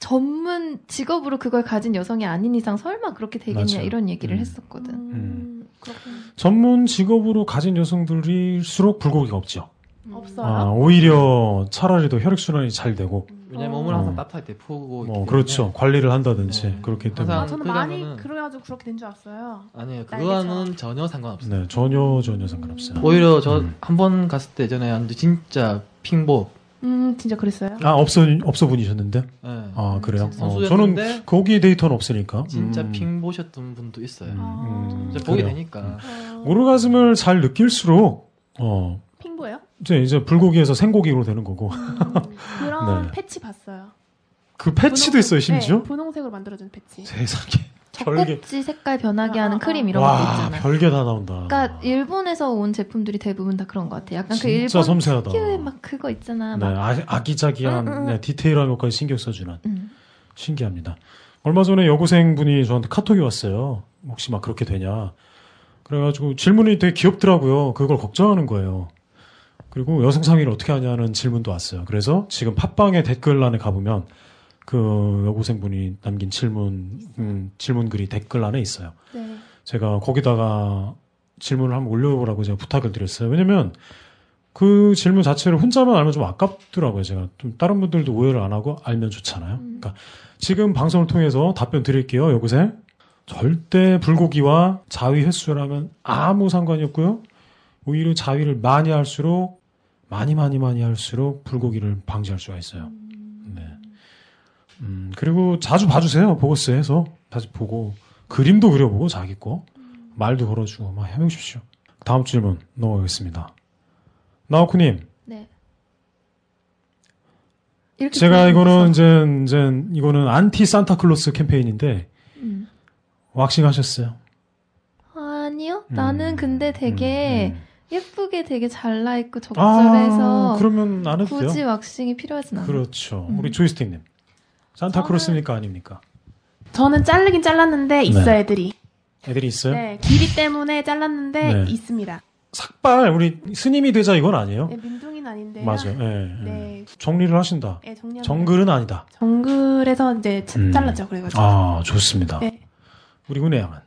Speaker 3: 전문 직업으로 그걸 가진 여성이 아닌 이상 설마 그렇게 되겠냐
Speaker 1: 맞아요.
Speaker 3: 이런 얘기를
Speaker 1: 음.
Speaker 3: 했었거든.
Speaker 1: 음.
Speaker 4: 음, 그렇군
Speaker 1: 전문 직업으로 가진 여성들일수록 불고기가 없죠.
Speaker 4: 없어요
Speaker 1: 아, 오히려 차라리 더 혈액순환이 잘 되고,
Speaker 6: 왜냐면
Speaker 4: 어.
Speaker 6: 몸을 항상
Speaker 1: 어.
Speaker 6: 따뜻하게 데우고 있기
Speaker 1: 뭐, 그렇죠. 관리를 한다든지,
Speaker 6: 네.
Speaker 1: 그렇기 때문에.
Speaker 6: 항상-
Speaker 4: 아, 저는
Speaker 6: 그러다
Speaker 4: 많이
Speaker 6: 보면은-
Speaker 4: 그래가지고 그렇게 된 줄 알았어요
Speaker 6: 때문에. 아니에요.
Speaker 4: 알겠죠.
Speaker 6: 그거는 전혀 상관없어요.
Speaker 1: 네, 전혀, 전혀 상관없어요.
Speaker 6: 오히려 저
Speaker 1: 음.
Speaker 6: 한 번 갔을 때 전에 아주 진짜 핑보.
Speaker 4: 음 진짜 그랬어요
Speaker 1: 아, 없어, 없어 분이셨는데?
Speaker 6: 예.
Speaker 1: 아, 그래요? 어, 저는
Speaker 6: 선수였는데
Speaker 1: 거기 데이터는 없으니까.
Speaker 6: 진짜
Speaker 1: 음.
Speaker 6: 핑보셨던 분도 있어요.
Speaker 1: 음, 음,
Speaker 6: 이제 보게
Speaker 1: 그래요.
Speaker 6: 되니까.
Speaker 4: 어,
Speaker 1: 오르가즘을 잘 느낄수록, 어,
Speaker 4: 핑보예요?
Speaker 1: 이제, 이제 불고기에서 생고기로 되는 거고.
Speaker 4: 음, 그런
Speaker 1: 네.
Speaker 4: 패치 봤어요
Speaker 1: 그 패치도
Speaker 4: 분홍색-
Speaker 1: 있어요, 심지어?
Speaker 4: 네, 분홍색으로 만들어준 패치
Speaker 1: 세상에. 별게.
Speaker 3: 젖꼭지 색깔 변하게
Speaker 4: 아,
Speaker 3: 하는
Speaker 4: 아,
Speaker 3: 크림
Speaker 4: 아.
Speaker 3: 네. 이런 것도
Speaker 1: 와,
Speaker 3: 있잖아.
Speaker 1: 별게 다 나온다.
Speaker 3: 그러니까 일본에서 온 제품들이 대부분 다 그런 것 같아. 약간 그
Speaker 1: 진짜
Speaker 3: 일본
Speaker 1: 섬세하다.
Speaker 3: 특유의 막 그거 있잖아.
Speaker 1: 네,
Speaker 3: 막.
Speaker 1: 아, 아기자기한
Speaker 3: 응, 응.
Speaker 1: 네, 디테일한 것까지 신경 써주는
Speaker 3: 음.
Speaker 1: 신기합니다. 얼마 전에 여고생분이 저한테 카톡이 왔어요. 혹시 막 그렇게 되냐. 그래가지고 질문이 되게 귀엽더라고요. 그걸 걱정하는 거예요. 그리고 여성 상위를 어떻게 하냐는 질문도 왔어요. 그래서 지금 팟빵의 댓글란에 가보면 그 여고생분이 남긴 질문 음, 질문글이 댓글란에 있어요.
Speaker 4: 네.
Speaker 1: 제가 거기다가 질문을 한번 올려보라고 제가 부탁을 드렸어요. 왜냐면 그 질문 자체를 혼자만 알면 좀 아깝더라고요. 제가 좀 다른 분들도 오해를 안 하고 알면 좋잖아요. 그러니까 지금 방송을 통해서 답변 드릴게요. 여고생 절대 불고기와 자위 횟수라면 아무 상관이 없고요. 오히려 자위를 많이 할수록 많이 많이 많이 할수록 불고기를 방지할 수가 있어요. 네. 음, 그리고 자주 봐주세요. 보고스에서 다시 보고 그림도 그려보고 자기 거 말도 걸어주고 막 해보십시오. 다음 질문 넘어가겠습니다. 나오쿠님,
Speaker 3: 네. 이렇게
Speaker 1: 제가 이거는 이제
Speaker 3: 표현해서.
Speaker 1: 이제 이거는 안티 산타클로스 캠페인인데
Speaker 3: 음.
Speaker 1: 왁싱 하셨어요.
Speaker 3: 아니요.
Speaker 1: 음.
Speaker 3: 나는 근데
Speaker 1: 음,
Speaker 3: 되게
Speaker 1: 음.
Speaker 3: 예쁘게 되게 잘라 있고 적절해서
Speaker 1: 아, 그러면 안 해도
Speaker 3: 굳이
Speaker 1: 돼요.
Speaker 3: 왁싱이 필요하진 않아.
Speaker 1: 그렇죠.
Speaker 3: 음.
Speaker 1: 우리 조이스틱님, 산타클로스입니까 아닙니까?
Speaker 4: 저는
Speaker 1: 네.
Speaker 4: 자르긴 잘랐는데 있어 요 애들이
Speaker 1: 애들이 있어요?
Speaker 4: 네 길이 때문에 잘랐는데
Speaker 1: 네.
Speaker 4: 있습니다
Speaker 1: 삭발 우리 스님이 되자 이건 아니에요.
Speaker 4: 네, 민둥이는 아닌데
Speaker 1: 맞아요. 예, 예.
Speaker 4: 네,
Speaker 1: 정리를 하신다.
Speaker 4: 네 정리
Speaker 1: 정글은 아니다.
Speaker 4: 정글에서 이제 자-
Speaker 1: 음.
Speaker 4: 잘랐죠
Speaker 3: 네.
Speaker 4: 그래가지고
Speaker 1: 아 좋습니다.
Speaker 4: 네.
Speaker 1: 우리 군의 양은.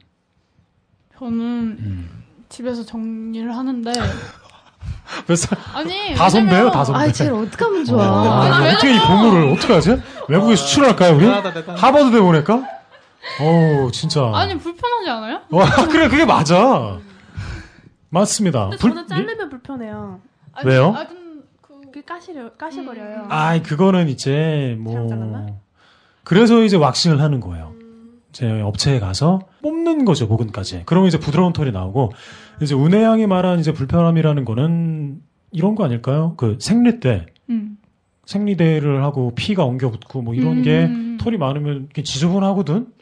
Speaker 2: 저는
Speaker 1: 음.
Speaker 2: 집에서 정리를 하는데
Speaker 1: 몇 살?
Speaker 2: 아니
Speaker 1: 다 선배예요,
Speaker 2: 왜냐면-
Speaker 1: 다 선배.
Speaker 3: 아, 쟤를 어떻게 하면 좋아.
Speaker 1: 어,
Speaker 2: 아니,
Speaker 1: 아니, 어떻게 이 보물을 어떻게 하지? 외국에 수출할까요 우리?
Speaker 6: 대단하다, 대단하다.
Speaker 1: 하버드대 보낼까? 어우 진짜.
Speaker 2: 아니 불편하지 않아요?
Speaker 1: 와 그래 그게 맞아. 맞습니다.
Speaker 4: 뭐. 근데
Speaker 1: 불-
Speaker 4: 저는 자르면 불편해요
Speaker 2: 아니,
Speaker 1: 왜요?
Speaker 2: 아, 좀 그-
Speaker 4: 그게 까시려 까시버려요
Speaker 2: 음.
Speaker 1: 아이 그거는 이제
Speaker 4: 잘못
Speaker 1: 뭐
Speaker 4: 잘랐나?
Speaker 1: 그래서 이제 왁싱을 하는 거예요. 이제 업체에 가서 뽑는 거죠 모근까지. 그러면 이제 부드러운 털이 나오고 이제 운해 양이 말한 이제 불편함이라는 거는 이런 거 아닐까요? 그 생리 때
Speaker 2: 음.
Speaker 1: 생리대를 하고 피가 엉겨붙고 뭐 이런 게
Speaker 2: 음.
Speaker 1: 털이 많으면 이렇게 지저분하거든.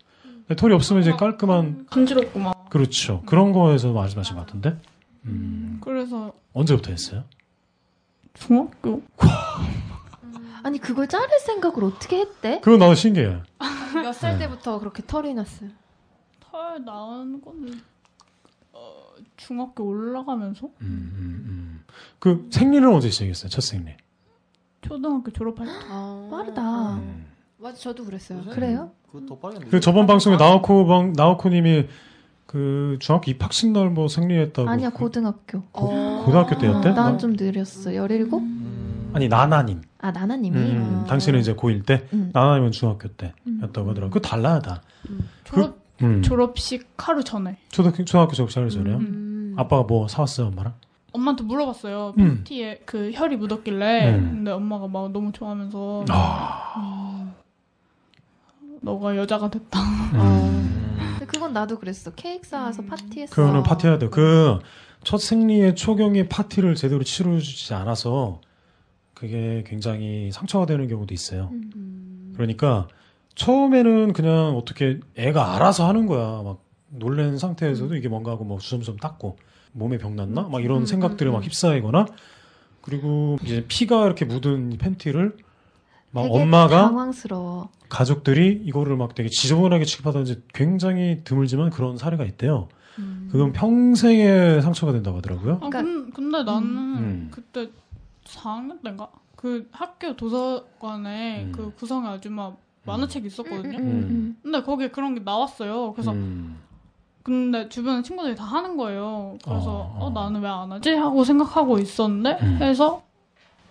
Speaker 1: 근데 털이 없으면 이제
Speaker 2: 막 음.
Speaker 1: 깔끔한
Speaker 2: 간지럽고 막
Speaker 1: 그렇죠. 그런 거에서 말씀하신 것 같은데. 음,
Speaker 2: 그래서
Speaker 1: 언제부터 했어요?
Speaker 2: 중학교
Speaker 3: 아니, 그걸 자를 생각을 어떻게 했대?
Speaker 1: 그건 나도 신기해.
Speaker 3: 몇
Speaker 1: 네.
Speaker 3: 살 때부터 그렇게 털이 났어요?
Speaker 2: 털 나온 건 어, 중학교 올라가면서
Speaker 1: 음, 음, 음. 그 생리는 언제 시작했어요? 첫 생리.
Speaker 2: 초등학교 졸업할 때.
Speaker 4: 어,
Speaker 5: 아.
Speaker 3: 빠르다.
Speaker 1: 음.
Speaker 5: 맞아, 저도 그랬어요.
Speaker 6: 요새는
Speaker 3: 그래요?
Speaker 6: 그거 더 빠르겠네.
Speaker 1: 그 저번 방송에 나오코 방 나오코님이 그 중학교 입학식 날 뭐 생리했다고.
Speaker 3: 아니야 고등학교. 아,
Speaker 1: 고-
Speaker 5: 어.
Speaker 1: 고등학교 때였대?
Speaker 3: 난 좀 느렸어. 17?
Speaker 6: 음.
Speaker 1: 아니 나나님.
Speaker 3: 아 나나님이.
Speaker 1: 음,
Speaker 5: 아.
Speaker 1: 당신은 이제 고1 때,
Speaker 3: 음.
Speaker 1: 나나님은 중학교
Speaker 3: 음.
Speaker 1: 때였다고 하더라고. 그거 달라요 다.
Speaker 2: 졸업,
Speaker 1: 음.
Speaker 2: 졸업식 하루 전에.
Speaker 1: 초등학교 중학교 졸업 잘 전에요.
Speaker 5: 음.
Speaker 1: 아빠가 뭐 사왔어요, 엄마랑?
Speaker 2: 엄마한테 물어봤어요.
Speaker 1: 음.
Speaker 2: 팬티에 그 혈이 묻었길래.
Speaker 1: 음.
Speaker 2: 근데 엄마가 막 너무 좋아하면서.
Speaker 1: 아.
Speaker 2: 너가 여자가 됐다.
Speaker 5: 아.
Speaker 6: 음.
Speaker 3: 근데 그건 나도 그랬어. 케이크 사와서
Speaker 2: 음.
Speaker 3: 파티했어.
Speaker 1: 그거는 파티해야 돼. 그첫 생리의 초경의 파티를 제대로 치르지 않아서 그게 굉장히 상처가 되는 경우도 있어요.
Speaker 5: 음.
Speaker 1: 그러니까 처음에는 그냥 어떻게 애가 알아서 하는 거야. 막 놀란 상태에서도 이게 뭔가 하고 뭐 주섬주섬 닦고 몸에 병 났나? 막 이런
Speaker 5: 음,
Speaker 1: 생각들을
Speaker 5: 음,
Speaker 1: 막
Speaker 5: 음.
Speaker 1: 휩싸이거나 그리고 이제 피가 이렇게 묻은 이 팬티를 막
Speaker 3: 되게
Speaker 1: 엄마가
Speaker 3: 당황스러워.
Speaker 1: 가족들이 이거를 막 되게 지저분하게 취급하던지 굉장히 드물지만 그런 사례가 있대요.
Speaker 5: 음.
Speaker 1: 그건 평생의 상처가 된다고 하더라고요.
Speaker 2: 아,
Speaker 3: 그러니까-
Speaker 2: 근, 근데 나는
Speaker 1: 음.
Speaker 2: 그때 4학년 때인가? 그 학교 도서관에
Speaker 1: 음.
Speaker 2: 그 구성의 아줌마 만화책 있었거든요.
Speaker 1: 음.
Speaker 2: 근데 거기에 그런 게 나왔어요. 그래서
Speaker 1: 음.
Speaker 2: 근데 주변에 친구들이 다 하는 거예요. 그래서
Speaker 1: 어,
Speaker 2: 어,
Speaker 1: 어.
Speaker 2: 나는 왜 안 하지? 하고 생각하고 있었는데
Speaker 1: 음.
Speaker 2: 해서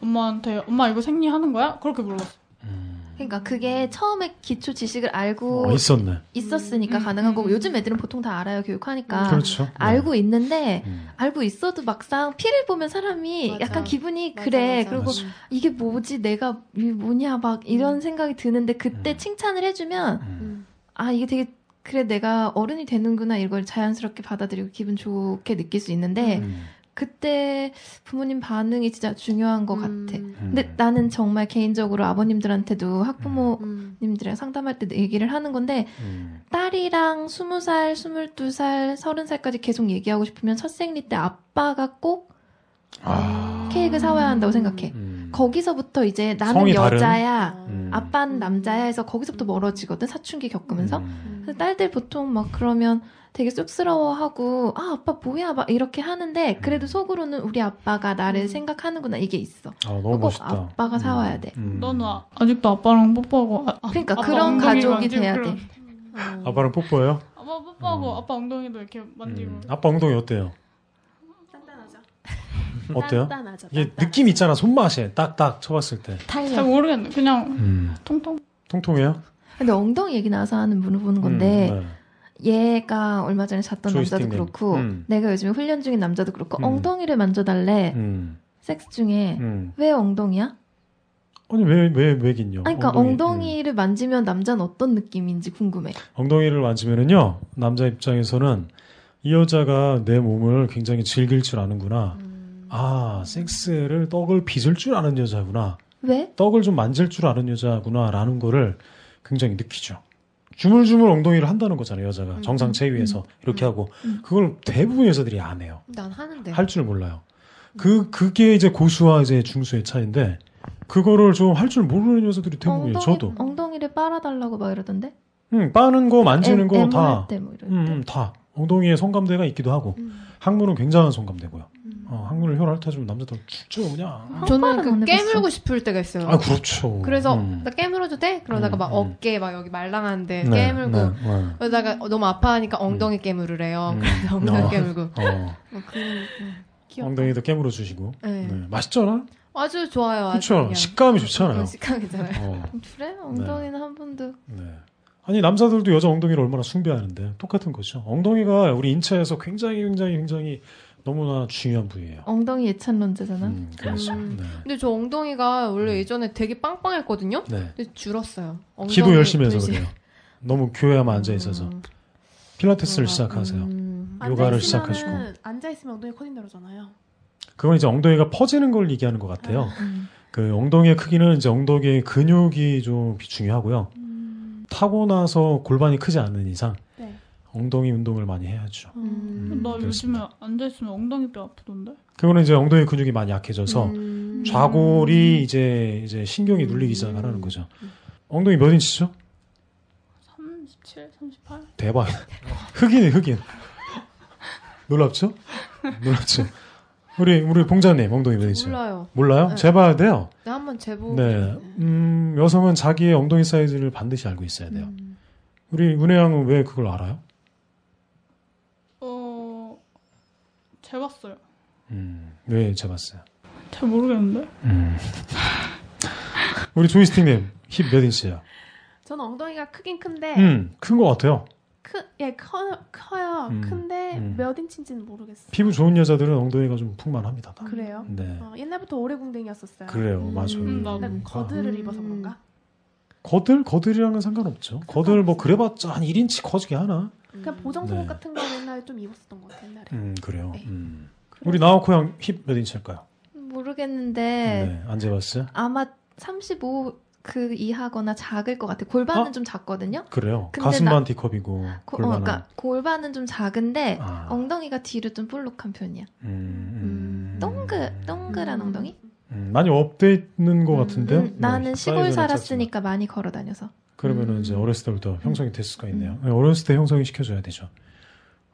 Speaker 2: 엄마한테 엄마 이거 생리하는 거야? 그렇게 물어봤어.
Speaker 1: 음.
Speaker 3: 그러니까 그게 처음에 기초 지식을 알고
Speaker 1: 어, 있었네.
Speaker 3: 있었으니까
Speaker 2: 음,
Speaker 3: 가능한
Speaker 2: 음,
Speaker 3: 거고
Speaker 2: 음.
Speaker 3: 요즘 애들은 보통 다 알아요 교육하니까
Speaker 1: 그렇죠. 네.
Speaker 3: 알고 있는데
Speaker 1: 음.
Speaker 3: 알고 있어도 막상 피를 보면 사람이
Speaker 5: 맞아.
Speaker 3: 약간 기분이
Speaker 5: 맞아,
Speaker 3: 그래
Speaker 5: 맞아.
Speaker 3: 그리고
Speaker 1: 맞아.
Speaker 4: 음.
Speaker 3: 이게 뭐지 내가 이게 뭐냐 막 이런 생각이 드는데 그때
Speaker 1: 음.
Speaker 3: 칭찬을 해주면
Speaker 1: 음.
Speaker 5: 음.
Speaker 3: 아 이게 되게 그래 내가 어른이 되는구나 이걸 자연스럽게 받아들이고 기분 좋게 느낄 수 있는데
Speaker 1: 음.
Speaker 3: 그때 부모님 반응이 진짜 중요한 것 같아
Speaker 5: 음.
Speaker 3: 근데 나는 정말 개인적으로 아버님들한테도 학부모
Speaker 5: 음.
Speaker 3: 님들이랑 상담할 때 얘기를 하는 건데
Speaker 1: 음.
Speaker 3: 딸이랑 스무 살, 스물두 살, 서른 살까지 계속 얘기하고 싶으면 첫 생리 때 아빠가 꼭
Speaker 1: 아.
Speaker 3: 케이크 사와야 한다고 생각해.
Speaker 1: 음.
Speaker 3: 거기서부터 이제 나는
Speaker 1: 성이 다른?
Speaker 4: 아.
Speaker 3: 여자야,
Speaker 1: 음.
Speaker 3: 아빠는 남자야 해서 거기서부터 멀어지거든 사춘기 겪으면서.
Speaker 1: 음.
Speaker 4: 음.
Speaker 3: 그래서 딸들 보통 막 그러면 되게 쑥스러워하고 아 아빠 뭐야 막 이렇게 하는데 그래도 속으로는 우리 아빠가 나를
Speaker 5: 음.
Speaker 3: 생각하는구나 이게 있어.
Speaker 1: 아, 너무
Speaker 3: 꼭
Speaker 1: 멋있다.
Speaker 3: 아빠가 사와야 돼.
Speaker 1: 음.
Speaker 2: 너는 아- 아직도 아빠랑 뽀뽀하고 아,
Speaker 3: 그러니까
Speaker 2: 아빠
Speaker 3: 그런
Speaker 2: 엉덩이
Speaker 3: 가족이
Speaker 2: 만지고
Speaker 3: 돼야 돼.
Speaker 2: 그런-
Speaker 4: 음.
Speaker 5: 어.
Speaker 1: 아빠랑 뭐, 뽀뽀해요?
Speaker 2: 아빠 뽀뽀하고
Speaker 1: 음.
Speaker 2: 아빠 엉덩이도 이렇게 만지고
Speaker 1: 음. 아빠 엉덩이 어때요?
Speaker 4: 단단하죠. 음.
Speaker 1: 어때요?
Speaker 5: 단단하죠,
Speaker 1: 이게
Speaker 5: 단단하죠.
Speaker 1: 느낌 있잖아 손맛에 딱딱 쳐봤을 때
Speaker 2: 잘
Speaker 5: 탄력.
Speaker 2: 모르겠네. 그냥
Speaker 1: 음.
Speaker 2: 통통.
Speaker 1: 통통해요?
Speaker 3: 근데 엉덩이 얘기 나와서 하는 물어보는 건데
Speaker 1: 음, 네.
Speaker 3: 얘가 얼마 전에 잤던 남자도
Speaker 1: 조이스틱님.
Speaker 3: 그렇고
Speaker 1: 음.
Speaker 3: 내가 요즘에 훈련 중인 남자도 그렇고
Speaker 1: 음.
Speaker 3: 엉덩이를 만져달래
Speaker 1: 음,
Speaker 3: 섹스 중에
Speaker 1: 음.
Speaker 3: 왜 엉덩이야?
Speaker 1: 아니 왜왜 왜긴요?
Speaker 3: 아니, 그러니까 엉덩이, 를 만지면 남자는 어떤 느낌인지 궁금해.
Speaker 1: 음. 엉덩이를 만지면은요 남자 입장에서는 이 여자가 내 몸을 굉장히 즐길 줄 아는구나.
Speaker 5: 음.
Speaker 1: 아 섹스를 떡을 빚을 줄 아는 여자구나.
Speaker 3: 왜?
Speaker 1: 떡을 좀 만질 줄 아는 여자구나라는 거를 굉장히 느끼죠. 주물주물 엉덩이를 한다는 거잖아요 여자가
Speaker 5: 음.
Speaker 1: 정상 체위에서 이렇게 하고
Speaker 3: 음. 네.
Speaker 1: 그걸 대부분 여자들이 안 해요.
Speaker 5: 난 하는데.
Speaker 1: 할 줄 몰라요.
Speaker 3: 음.
Speaker 1: 그 그게 이제 고수와 이제 중수의 차인데 그거를 좀 할 줄 모르는 여자들이 대부분이에요.
Speaker 3: 엉덩이,
Speaker 1: 저도.
Speaker 3: 엉덩이를 빨아달라고 막 이러던데?
Speaker 1: 응, 음, 빠는 거 만지는 거 다.
Speaker 3: 때뭐 이럴
Speaker 1: 음,
Speaker 3: 때.
Speaker 1: 음, 다. 엉덩이에 성감대가 있기도 하고
Speaker 5: 음.
Speaker 1: 항문은 굉장한 성감대고요.
Speaker 5: 음.
Speaker 1: 어, 항문을 혀로 핥아주면 남자들 죽죠 그냥.
Speaker 5: 저는
Speaker 3: 한 번은
Speaker 5: 그
Speaker 3: 안 해봤어.
Speaker 5: 깨물고 싶을 때가 있어요.
Speaker 1: 아 그렇죠.
Speaker 5: 그래서
Speaker 1: 음.
Speaker 5: 나 깨물어도 돼? 그러다가
Speaker 1: 음,
Speaker 5: 막
Speaker 1: 음.
Speaker 5: 어깨 막 여기 말랑한데
Speaker 1: 네,
Speaker 5: 깨물고
Speaker 1: 네, 네.
Speaker 5: 그러다가 어, 너무 아파하니까 엉덩이 깨물으래요.
Speaker 1: 음.
Speaker 5: 그래서 엉덩이
Speaker 1: 어.
Speaker 5: 깨물고
Speaker 1: 어,
Speaker 5: 어, 그, 귀엽다.
Speaker 1: 엉덩이도 깨물어 주시고.
Speaker 5: 네.
Speaker 1: 네. 맛있잖아.
Speaker 5: 아주 좋아요. 아주
Speaker 1: 그렇죠.
Speaker 5: 그냥.
Speaker 1: 식감이 좋잖아요.
Speaker 5: 어, 식감이잖아요.
Speaker 1: 어,
Speaker 3: 그래? 엉덩이는 한 번도
Speaker 1: 네. 아니 남자들도 여자 엉덩이를 얼마나 숭배하는데 똑같은 거죠. 엉덩이가 우리 인체에서 굉장히 굉장히 굉장히 너무나 중요한 부위예요.
Speaker 3: 엉덩이 예찬론자잖아.
Speaker 1: 음, 그렇죠.
Speaker 5: 음.
Speaker 1: 네.
Speaker 5: 근데 저 엉덩이가
Speaker 1: 음.
Speaker 5: 원래 예전에 되게 빵빵했거든요.
Speaker 1: 네.
Speaker 5: 근데 줄었어요. 엉덩이
Speaker 1: 기도 열심히 해서
Speaker 5: 분신.
Speaker 1: 그래요. 너무 교회에만 앉아 있어서
Speaker 5: 음.
Speaker 1: 필라테스를
Speaker 5: 뭔가,
Speaker 1: 시작하세요.
Speaker 5: 음.
Speaker 1: 요가를
Speaker 4: 앉아있으면은-
Speaker 1: 시작하시고.
Speaker 4: 앉아있으면 엉덩이 커진다잖아요.
Speaker 1: 그건 이제 엉덩이가 퍼지는 걸 얘기하는 것 같아요.
Speaker 3: 음.
Speaker 1: 그 엉덩이의 크기는 이제 엉덩이의 근육이 좀 중요하고요. 타고 나서 골반이 크지 않은 이상
Speaker 4: 네.
Speaker 1: 엉덩이 운동을 많이 해야죠.
Speaker 5: 음.
Speaker 1: 음,
Speaker 2: 나 요즘에
Speaker 1: 그렇습니다.
Speaker 2: 앉아있으면 엉덩이 뼈 아프던데.
Speaker 1: 그거는 이제 엉덩이 근육이 많이 약해져서
Speaker 5: 음.
Speaker 1: 좌골이 이제 이제 신경이
Speaker 5: 음.
Speaker 1: 눌리기 시작하는 거죠. 엉덩이 몇 인치죠?
Speaker 2: 37, 38.
Speaker 1: 대박. 흑인이 흑인. 놀랍죠? 놀랍죠. 우리 우리 봉자님 엉덩이 매니저
Speaker 5: 몰라요.
Speaker 1: 몰라요?
Speaker 5: 네.
Speaker 1: 재봐야 돼요.
Speaker 5: 네, 한번 재보.
Speaker 1: 네, 음, 여성은 자기의 엉덩이 사이즈를 반드시 알고 있어야
Speaker 6: 음.
Speaker 1: 돼요.
Speaker 5: 음.
Speaker 1: 우리 은혜 양은 왜 그걸 알아요?
Speaker 2: 어, 재봤어요.
Speaker 1: 음, 왜 재봤어요?
Speaker 2: 잘 모르겠는데.
Speaker 1: 음. 우리 조이스틱님 힙 몇 인치예요?
Speaker 4: 저는 엉덩이가 크긴 큰데
Speaker 1: 음, 큰 것 같아요.
Speaker 4: 크, 예 커요 커요
Speaker 1: 음,
Speaker 4: 큰데
Speaker 1: 음.
Speaker 4: 몇 인치인지는 모르겠어요.
Speaker 1: 피부 좋은 여자들은 엉덩이가 좀 풍만합니다. 다.
Speaker 4: 그래요?
Speaker 1: 네,
Speaker 4: 어, 옛날부터 오래 궁뎅이였었어요.
Speaker 1: 그래요,
Speaker 5: 음,
Speaker 1: 맞아요.
Speaker 2: 음, 나도.
Speaker 4: 근데 거드를 입어서 그런가?
Speaker 1: 거들 거들이랑은 상관없죠. 거들 뭐 그래봤자 한 1인치 커지게 하나.
Speaker 4: 그냥 보정속옷
Speaker 1: 네.
Speaker 4: 같은 거 옛날에 좀 입었었던 것 같아요. 옛날에.
Speaker 1: 음, 그래요.
Speaker 4: 네.
Speaker 1: 음. 우리 나오코 양 힙 몇 인치일까요?
Speaker 3: 모르겠는데
Speaker 1: 네. 안 재봤어요?
Speaker 3: 아마 35 그 이하거나 작을 것 같아. 골반은
Speaker 1: 어?
Speaker 3: 좀 작거든요.
Speaker 1: 그래요.
Speaker 3: 근데
Speaker 1: 가슴만 D컵이고
Speaker 3: 고,
Speaker 1: 골반은
Speaker 3: 어, 그러니까 골반은 좀 작은데
Speaker 1: 아,
Speaker 3: 엉덩이가 뒤로 좀 볼록한 편이야.
Speaker 1: 음, 음.
Speaker 3: 동그 동그란
Speaker 4: 음.
Speaker 3: 엉덩이?
Speaker 1: 음, 많이 업돼 있는 것 같은데요.
Speaker 3: 음,
Speaker 1: 네,
Speaker 3: 나는 시골
Speaker 1: 사이즈는
Speaker 3: 살았으니까 음. 많이 걸어 다녀서.
Speaker 1: 작지만. 그러면은 이제 어렸을 때부터 형성이 될
Speaker 3: 음.
Speaker 1: 수가 있네요. 네, 어렸을 때 형성이 시켜줘야 되죠.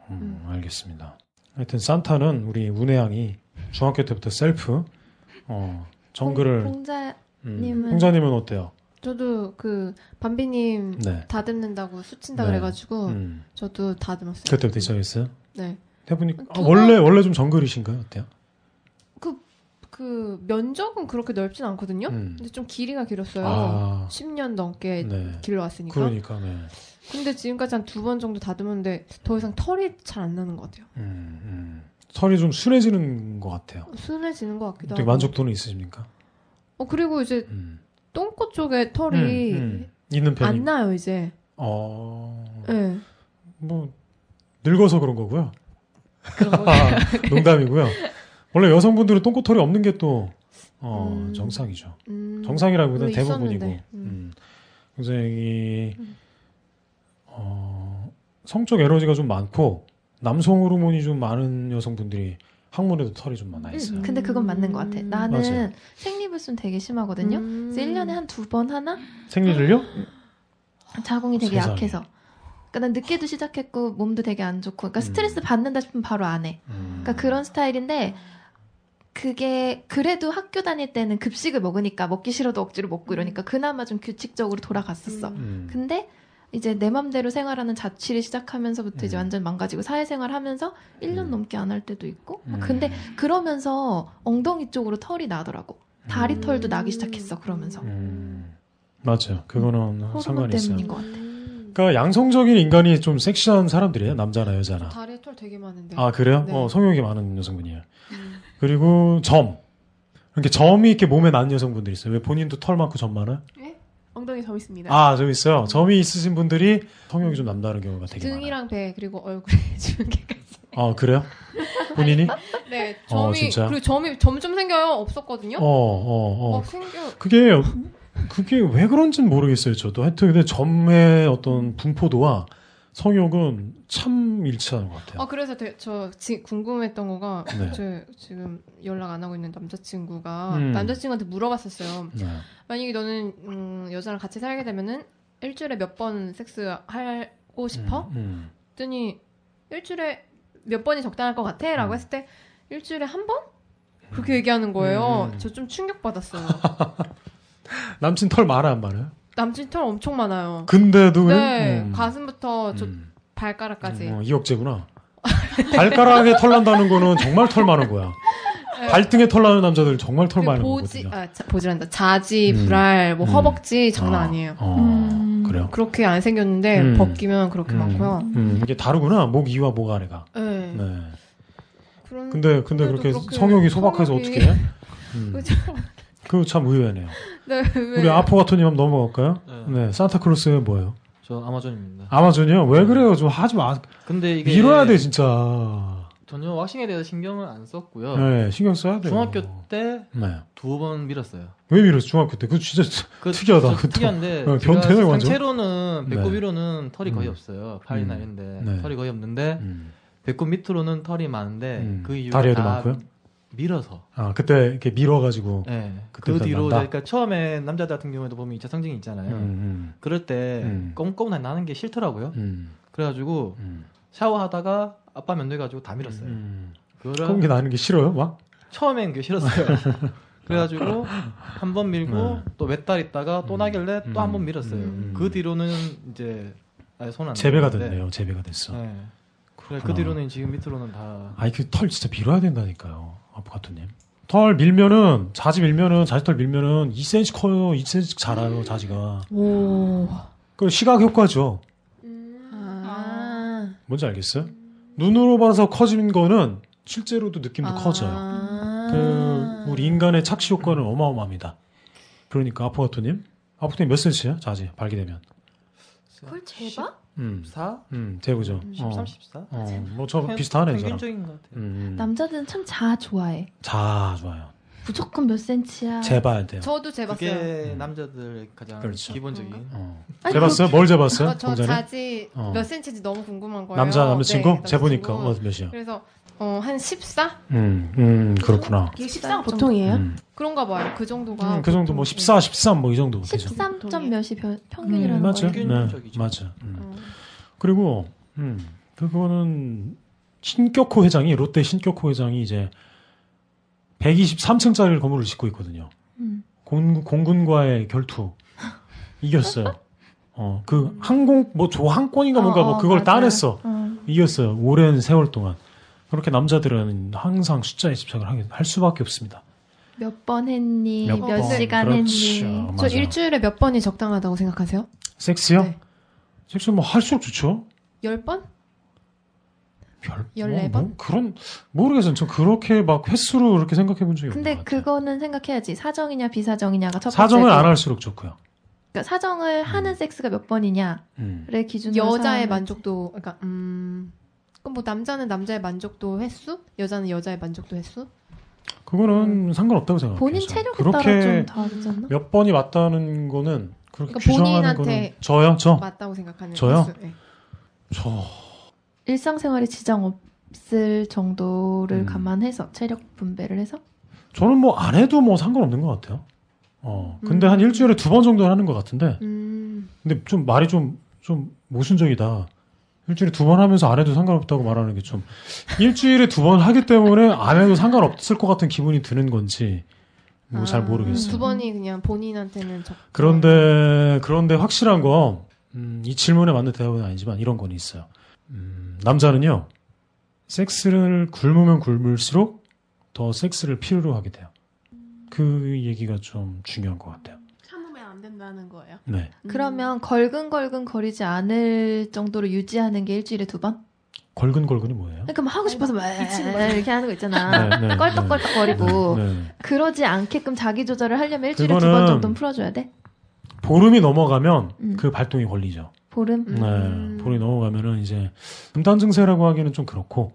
Speaker 1: 음, 알겠습니다. 하여튼 산타는 우리 운해양이 중학교 때부터 셀프 어, 정글을
Speaker 3: 공자님은
Speaker 1: 음, 홍자님은 어때요?
Speaker 5: 저도 그 밤비님
Speaker 1: 네.
Speaker 5: 다듬는다고 수친다
Speaker 1: 네.
Speaker 3: 어.
Speaker 5: 그래가지고
Speaker 1: 음.
Speaker 5: 저도 다듬었어요.
Speaker 1: 그때부터 시작했어요.
Speaker 5: 네.
Speaker 1: 해보니 아,
Speaker 5: 두
Speaker 1: 원래 원래 좀 정글이신가요? 어때요?
Speaker 5: 그 면적은 그렇게 넓진 않거든요.
Speaker 1: 음.
Speaker 5: 근데 좀 길이가 길었어요.
Speaker 1: 아,
Speaker 5: 10년 넘게
Speaker 1: 네.
Speaker 5: 길러왔으니까.
Speaker 1: 그러니까 네.
Speaker 5: 근데 지금까지 한 두 번 정도 다듬었는데 더 이상 털이 잘 안 나는 것 같아요.
Speaker 1: 음, 음. 털이 좀 순해지는 것 같아요.
Speaker 5: 순해지는 것 같기도
Speaker 1: 되게
Speaker 5: 하고.
Speaker 1: 만족도는 있으십니까?
Speaker 5: 어 그리고 이제
Speaker 1: 음.
Speaker 5: 똥꼬 쪽에 털이
Speaker 1: 음, 음. 있는 편이.
Speaker 5: 안 나요 이제.
Speaker 1: 어,
Speaker 5: 네.
Speaker 1: 뭐 늙어서 그런 거고요.
Speaker 5: 그런 거.
Speaker 1: 아, 농담이고요. 원래 여성분들은 똥꼬털이 없는 게 또 어,
Speaker 5: 음.
Speaker 1: 정상이죠.
Speaker 5: 음.
Speaker 1: 정상이라기보다
Speaker 5: 음,
Speaker 1: 대부분이고.
Speaker 5: 있었는데.
Speaker 1: 음.
Speaker 5: 음.
Speaker 1: 굉장히
Speaker 5: 음.
Speaker 1: 어, 성적 에너지가 좀 많고 남성 호르몬이 좀 많은 여성분들이 항문에도 털이 좀 많아 있어요.
Speaker 3: 근데 그건 맞는 것 같아.
Speaker 5: 음.
Speaker 3: 나는
Speaker 1: 맞아요.
Speaker 3: 생리불순 되게 심하거든요.
Speaker 5: 음.
Speaker 3: 그래서 1년에 한 두 번 하나
Speaker 1: 생리를요?
Speaker 3: 자궁이 되게
Speaker 1: 세상에.
Speaker 3: 약해서. 그러니까 난 늦게도 시작했고 몸도 되게 안 좋고. 그러니까
Speaker 1: 음.
Speaker 3: 스트레스 받는다 싶으면 바로 안 해. 그러니까 그런 스타일인데 그게 그래도 학교 다닐 때는 급식을 먹으니까 먹기 싫어도 억지로 먹고 이러니까 그나마 좀 규칙적으로 돌아갔었어.
Speaker 4: 음.
Speaker 1: 음.
Speaker 3: 근데 이제 내 맘대로 생활하는 자취를 시작하면서부터 이제
Speaker 1: 음.
Speaker 3: 완전 망가지고 사회생활 하면서 1년
Speaker 1: 음.
Speaker 3: 넘게 안 할 때도 있고
Speaker 1: 음.
Speaker 3: 근데 그러면서 엉덩이 쪽으로 털이 나더라고 다리
Speaker 1: 음.
Speaker 3: 털도 나기 시작했어 그러면서
Speaker 1: 음. 맞아요. 그거는
Speaker 3: 호르몬
Speaker 1: 상관이 있어요.
Speaker 3: 음. 때문인 것 같아
Speaker 5: 음.
Speaker 1: 그러니까 양성적인 인간이 좀 섹시한 사람들이에요. 남자나 여자나.
Speaker 5: 다리에 털 되게 많은데.
Speaker 1: 아 그래요?
Speaker 5: 네.
Speaker 1: 어 성욕이 많은 여성분이에요.
Speaker 5: 음.
Speaker 1: 그리고 점 이렇게 점이 이렇게 몸에 나는 여성분들이 있어요. 왜 본인도 털 많고 점 많아요?
Speaker 4: 엉덩이 점
Speaker 3: 네.
Speaker 4: 있습니다.
Speaker 1: 아 점 있어요. 점이 있으신 분들이 성욕이 좀 남다른 경우가 되게 많아요.
Speaker 5: 등이랑 배 그리고 얼굴에 주름개까지.
Speaker 1: 아 그래요? 본인이?
Speaker 5: 네. 점이
Speaker 1: 어, 진짜?
Speaker 5: 그리고 점이 점점 생겨요. 없었거든요.
Speaker 1: 어 어, 어.
Speaker 5: 막 생겨.
Speaker 1: 그게 그게 왜 그런지는 모르겠어요. 저도 하여튼 근데 점의 어떤 분포도와 성욕은 참 일치하는 것 같아요.
Speaker 5: 아 그래서 되, 저 지, 궁금했던 거가
Speaker 1: 네.
Speaker 5: 저 지금 연락 안 하고 있는 남자친구가
Speaker 1: 음.
Speaker 5: 남자친구한테 물어봤었어요.
Speaker 1: 네.
Speaker 5: 만약에 너는 음, 여자랑 같이 살게 되면은 일주일에 몇 번 섹스 하고 싶어?
Speaker 1: 음, 음.
Speaker 5: 그랬더니 일주일에 몇 번이 적당할 것 같아?라고
Speaker 1: 음.
Speaker 5: 했을 때 일주일에 한 번? 그렇게 얘기하는 거예요.
Speaker 1: 음.
Speaker 5: 저 좀 충격 받았어요.
Speaker 1: 남친 털 많아 안 많아요?
Speaker 5: 남친 털 엄청 많아요.
Speaker 1: 근데도 그냥,
Speaker 5: 네,
Speaker 1: 음.
Speaker 5: 가슴부터 저
Speaker 1: 음.
Speaker 5: 발가락까지.
Speaker 1: 어, 이억제구나. 발가락에 털 난다는 거는 정말 털 많은 거야.
Speaker 5: 네.
Speaker 1: 발등에 털 나는 남자들 정말 털
Speaker 5: 그
Speaker 1: 많은
Speaker 5: 보지,
Speaker 1: 거거든요.
Speaker 5: 아, 자, 보지란다. 자지,
Speaker 1: 음.
Speaker 5: 불알, 뭐
Speaker 1: 음.
Speaker 5: 허벅지 장난 아니에요.
Speaker 1: 어,
Speaker 3: 음.
Speaker 1: 그래요.
Speaker 5: 그렇게 안 생겼는데
Speaker 1: 음.
Speaker 5: 벗기면 그렇게
Speaker 1: 음.
Speaker 5: 많고요.
Speaker 1: 음, 이게 다르구나. 목 이와 목 아래가.
Speaker 5: 네.
Speaker 1: 네.
Speaker 5: 그런
Speaker 1: 근데 근데
Speaker 5: 그래도
Speaker 1: 그렇게,
Speaker 5: 그렇게
Speaker 1: 성욕이 소박해서
Speaker 5: 성욕이-
Speaker 1: 어떻게 해? 음.
Speaker 5: 그죠?
Speaker 1: 그 참 의외네요.
Speaker 5: 네, 왜?
Speaker 1: 우리 아포가토님 한번 넘어갈까요?
Speaker 6: 네.
Speaker 1: 네. 산타클로스 뭐예요?
Speaker 6: 저 아마존입니다.
Speaker 1: 아마존이요? 왜 그래요? 좀 하지 마.
Speaker 6: 근데 네. 이게
Speaker 1: 밀어야 돼 진짜.
Speaker 6: 전혀 왁싱에 대해서 신경을 안 썼고요.
Speaker 1: 네. 신경 써야 돼요.
Speaker 6: 중학교 때
Speaker 1: 네.
Speaker 6: 두 번 밀었어요.
Speaker 1: 왜 밀었어? 중학교 때. 그거 진짜
Speaker 6: 그
Speaker 1: 특이하다,
Speaker 6: 진짜
Speaker 1: 그것도.
Speaker 6: 특이한데
Speaker 1: 어,
Speaker 6: 제가
Speaker 1: 변태네, 완전.
Speaker 6: 상체로는 배꼽
Speaker 1: 네.
Speaker 6: 위로는 털이 거의
Speaker 1: 음.
Speaker 6: 없어요. 팔이나
Speaker 1: 음.
Speaker 6: 이런데
Speaker 1: 네.
Speaker 6: 털이 거의 없는데
Speaker 1: 음.
Speaker 6: 배꼽 밑으로는 털이 많은데
Speaker 1: 음.
Speaker 6: 그 이유가
Speaker 1: 다리에도
Speaker 6: 다
Speaker 1: 많고요?
Speaker 6: 밀어서.
Speaker 1: 아 그때 이렇게 밀어가지고.
Speaker 6: 네. 그
Speaker 1: 그때부터
Speaker 6: 뒤로
Speaker 1: 난다?
Speaker 6: 그러니까 처음에 남자들 같은 경우에도 보면 2차 성징이 있잖아요.
Speaker 1: 음,
Speaker 6: 그럴 때
Speaker 1: 음.
Speaker 6: 껌껌 나는 게 싫더라고요.
Speaker 1: 음, 음,
Speaker 6: 그래가지고
Speaker 1: 음.
Speaker 6: 샤워하다가 아빠 면도해가지고 다 밀었어요.
Speaker 1: 음.
Speaker 6: 그거랑
Speaker 1: 그런 게 나는 게 싫어요, 막?
Speaker 6: 처음엔 그게 싫었어요. 그래가지고 한 번 밀고
Speaker 1: 네.
Speaker 6: 또 몇 달 있다가 또
Speaker 1: 음.
Speaker 6: 나길래 또 한 번
Speaker 1: 음.
Speaker 6: 밀었어요.
Speaker 1: 음.
Speaker 6: 그 뒤로는 이제 아예 손안
Speaker 1: 재배가 됐네요. 재배가 됐어.
Speaker 6: 네. 그래, 그
Speaker 1: 그렇구나.
Speaker 6: 뒤로는 지금 밑으로는 다
Speaker 1: 아이큐 털 진짜 밀어야 된다니까요. 아보카토님. 털 밀면은 자지 밀면은 자지 털 밀면은 2cm 커요. 2cm 자라요 자지가.
Speaker 3: 오.
Speaker 1: 그 시각 효과죠.
Speaker 5: 아.
Speaker 1: 뭔지 알겠어요? 눈으로 봐서 커진 거는 실제로도 느낌도
Speaker 5: 아.
Speaker 1: 커져요. 그 우리 인간의 착시 효과는 어마어마합니다. 그러니까 아포가토님, 아포가토님 몇 센치야? 자지 발기되면.
Speaker 3: 그걸 재봐?
Speaker 1: 음,
Speaker 6: 14?
Speaker 1: 음, 재보죠.
Speaker 6: 13, 14?
Speaker 1: 어, 어, 뭐저 비슷하네, 이 사람.
Speaker 6: 평균적인 것 같아요.
Speaker 1: 음, 음.
Speaker 3: 남자들은 참 자 좋아해.
Speaker 1: 자, 좋아요.
Speaker 3: 무조건 몇 센치야.
Speaker 1: 재봐야 돼요.
Speaker 5: 저도 재봤어요.
Speaker 6: 그게
Speaker 1: 음.
Speaker 6: 남자들의 가장
Speaker 1: 그렇죠.
Speaker 6: 기본적인
Speaker 1: 어.
Speaker 3: 아니,
Speaker 1: 재봤어요? 뭘 재봤어요?
Speaker 5: 저, 저
Speaker 1: 공자는?
Speaker 5: 자지
Speaker 1: 어.
Speaker 5: 몇 센치인지 너무 궁금한 거예요.
Speaker 1: 남자
Speaker 5: 네,
Speaker 1: 남자친구
Speaker 5: 남자친구.
Speaker 1: 재보니까 어, 몇이야?
Speaker 6: 네.
Speaker 5: 그래서 어, 한 14?
Speaker 1: 음, 음 그렇구나.
Speaker 4: 이게 식상
Speaker 5: 정도.
Speaker 4: 보통이에요?
Speaker 1: 음,
Speaker 5: 그런가 봐요. 그 정도가. 어.
Speaker 1: 음, 그 정도
Speaker 6: 네.
Speaker 1: 뭐 14, 13 뭐 이 정도 되죠.
Speaker 3: 13. 점
Speaker 5: 보통이에요.
Speaker 3: 몇이 변- 평균이라는
Speaker 1: 음, 맞아,
Speaker 3: 거예요.
Speaker 1: 네,
Speaker 6: 평균적이죠.
Speaker 1: 맞아. 음.
Speaker 5: 어.
Speaker 1: 그리고 음, 그거는 신격호 회장이 롯데 신격호 회장이 이제 123층짜리 건물을 짓고 있거든요.
Speaker 3: 음.
Speaker 1: 공, 공군과의 결투 이겼어요. 어, 그 항공 뭐 조항권인가 뭔가
Speaker 3: 어,
Speaker 1: 뭐
Speaker 3: 어,
Speaker 1: 그걸
Speaker 3: 맞아요.
Speaker 1: 따냈어.
Speaker 3: 어.
Speaker 1: 이겼어요. 오랜 세월 동안. 그렇게 남자들은 항상 숫자에 집착을 하게 할 수밖에 없습니다.
Speaker 3: 몇번 했니? 몇,
Speaker 5: 번.
Speaker 3: 시간
Speaker 1: 그렇죠.
Speaker 3: 했니?
Speaker 1: 맞아요.
Speaker 5: 저 일주일에 몇 번이 적당하다고 생각하세요?
Speaker 1: 섹스요?
Speaker 5: 네.
Speaker 1: 섹스 뭐 할수록 좋죠.
Speaker 5: 10번?
Speaker 1: 별,
Speaker 5: 열네
Speaker 1: 뭐,
Speaker 5: 번?
Speaker 1: 뭐 그런 모르겠어요. 저 그렇게 막 횟수로 그렇게 생각해 본 적이 없는
Speaker 3: 근데
Speaker 1: 것 같아요.
Speaker 3: 그거는 생각해야지. 사정이냐 비사정이냐가 첫 번째.
Speaker 1: 사정을 음. 안 할수록 좋고요.
Speaker 3: 그러니까 사정을 하는 섹스가 몇 번이냐를
Speaker 1: 음.
Speaker 3: 기준으로
Speaker 5: 여자의
Speaker 3: 사용하는-
Speaker 5: 만족도 그러니까 음. 그럼 뭐 남자는 남자의 만족도 횟수? 여자는 여자의 만족도 횟수?
Speaker 1: 그거는 상관없다고 생각해요.
Speaker 3: 본인
Speaker 1: 저는.
Speaker 3: 체력에 따라
Speaker 1: 그렇죠. 그렇게
Speaker 3: 좀 다르지 않나?
Speaker 1: 몇 번이 맞다는 거는 그렇게
Speaker 5: 그러니까
Speaker 1: 규정하는
Speaker 5: 본인한테
Speaker 1: 거는 저요, 저,
Speaker 5: 맞다고 생각하는
Speaker 1: 어. 저요?
Speaker 5: 횟수. 네.
Speaker 1: 저
Speaker 3: 일상생활에 지장 없을 정도를
Speaker 1: 음.
Speaker 3: 감안해서 체력 분배를 해서
Speaker 1: 저는 뭐 안 해도 뭐 상관없는 것 같아요. 어, 근데
Speaker 5: 음.
Speaker 1: 한 일주일에 두 번 정도 는 하는 것 같은데,
Speaker 5: 음.
Speaker 1: 근데 좀 말이 좀, 좀 모순적이다. 일주일에 두 번 하면서 안 해도 상관없다고 말하는 게 좀, 일주일에 두 번 하기 때문에 안 해도 상관없을 것 같은 기분이 드는 건지, 뭐 잘
Speaker 5: 아,
Speaker 1: 모르겠어요.
Speaker 5: 두 번이 그냥 본인한테는 적.
Speaker 1: 그런데, 그런데 확실한 건, 음, 이 질문에 맞는 대답은 아니지만 이런 건 있어요. 음, 남자는요, 섹스를 굶으면 굶을수록 더 섹스를 필요로 하게 돼요. 그 얘기가 좀 중요한 것 같아요.
Speaker 4: 참으면 안 된다는 거예요.
Speaker 1: 네.
Speaker 5: 음.
Speaker 3: 그러면 걸근걸근 거리지 않을 정도로 유지하는 게 일주일에 두 번?
Speaker 1: 걸근걸근이 뭐예요?
Speaker 3: 그러니까 막 하고 싶어서 막
Speaker 4: 미치는 거야.
Speaker 3: 이렇게 하는 거 있잖아.
Speaker 1: 네, 네,
Speaker 3: 껄떡껄떡거리고
Speaker 1: 네, 네.
Speaker 3: 그러지 않게끔 자기 조절을 하려면 일주일에 두
Speaker 1: 그거는-
Speaker 3: 번 정도는 풀어줘야 돼.
Speaker 1: 보름이 넘어가면
Speaker 3: 음.
Speaker 1: 그 발동이 걸리죠.
Speaker 3: 보름.
Speaker 5: 음.
Speaker 1: 네, 보름이 넘어가면은 이제 금단 증세라고 하기는 좀 그렇고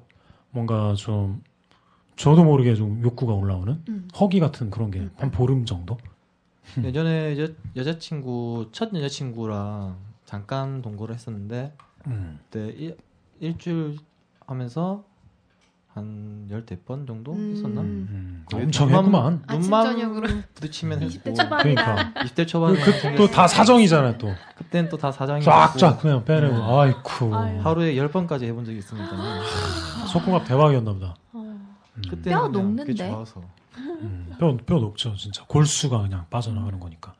Speaker 1: 뭔가 좀 저도 모르게 좀 욕구가 올라오는
Speaker 5: 음.
Speaker 1: 허기 같은 그런 게 한
Speaker 5: 음.
Speaker 1: 보름 정도.
Speaker 6: 예전에 여, 여자친구 첫 여자친구랑 잠깐 동거를 했었는데
Speaker 1: 음.
Speaker 6: 그때 네, 일, 일주일 하면서 한 열댓 번 정도
Speaker 5: 음.
Speaker 6: 했었나?
Speaker 1: 음.
Speaker 6: 거의
Speaker 1: 엄청
Speaker 6: 눈만- 음.
Speaker 1: 했구만.
Speaker 5: 아침
Speaker 6: 눈만
Speaker 5: 저녁으로.
Speaker 6: 부딪히면
Speaker 4: 20대
Speaker 6: 했고
Speaker 4: 초반이다.
Speaker 1: 그러니까.
Speaker 6: 20대 초반에
Speaker 1: 또 다 사정이잖아요 또.
Speaker 6: 그때는 또 다 사장이
Speaker 1: 쫙쫙 그냥 빼내고 아이쿠
Speaker 4: 아유.
Speaker 6: 하루에 10번까지 해본 적이
Speaker 3: 아,
Speaker 6: 있으니까
Speaker 1: 속궁합 대박이었나 보다.
Speaker 4: 어.
Speaker 1: 음.
Speaker 6: 그때
Speaker 3: 뼈 녹는데?
Speaker 6: 좋아서
Speaker 1: 음, 뼈, 뼈 녹죠, 진짜. 골수가 그냥 빠져나가는 거니까.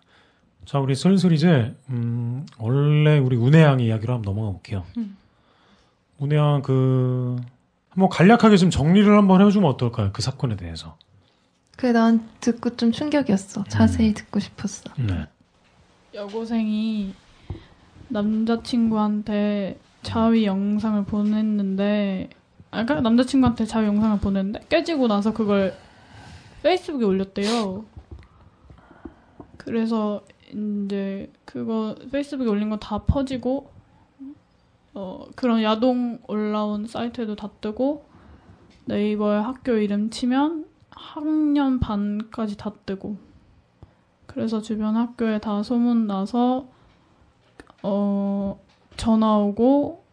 Speaker 1: 자, 우리 슬슬 이제, 음, 원래 우리 운해양 이야기로 한번 넘어가 볼게요. 운해양 그, 한번 간략하게 좀 정리를 한번 해주면 어떨까요? 그 사건에 대해서.
Speaker 3: 그래 난 듣고 좀 충격이었어.
Speaker 1: 음.
Speaker 3: 자세히 듣고 싶었어.
Speaker 1: 네.
Speaker 2: 여고생이 남자친구한테 자위 영상을 보냈는데 아까 그러니까 남자친구한테 자위 영상을 보냈는데 깨지고 나서 그걸 페이스북에 올렸대요. 그래서 이제 그거 페이스북에 올린 건 다 퍼지고 어 그런 야동 올라온 사이트에도 다 뜨고 네이버에 학교 이름 치면 학년 반까지 다 뜨고 그래서 주변 학교에 다 소문 나서 어 전화 오고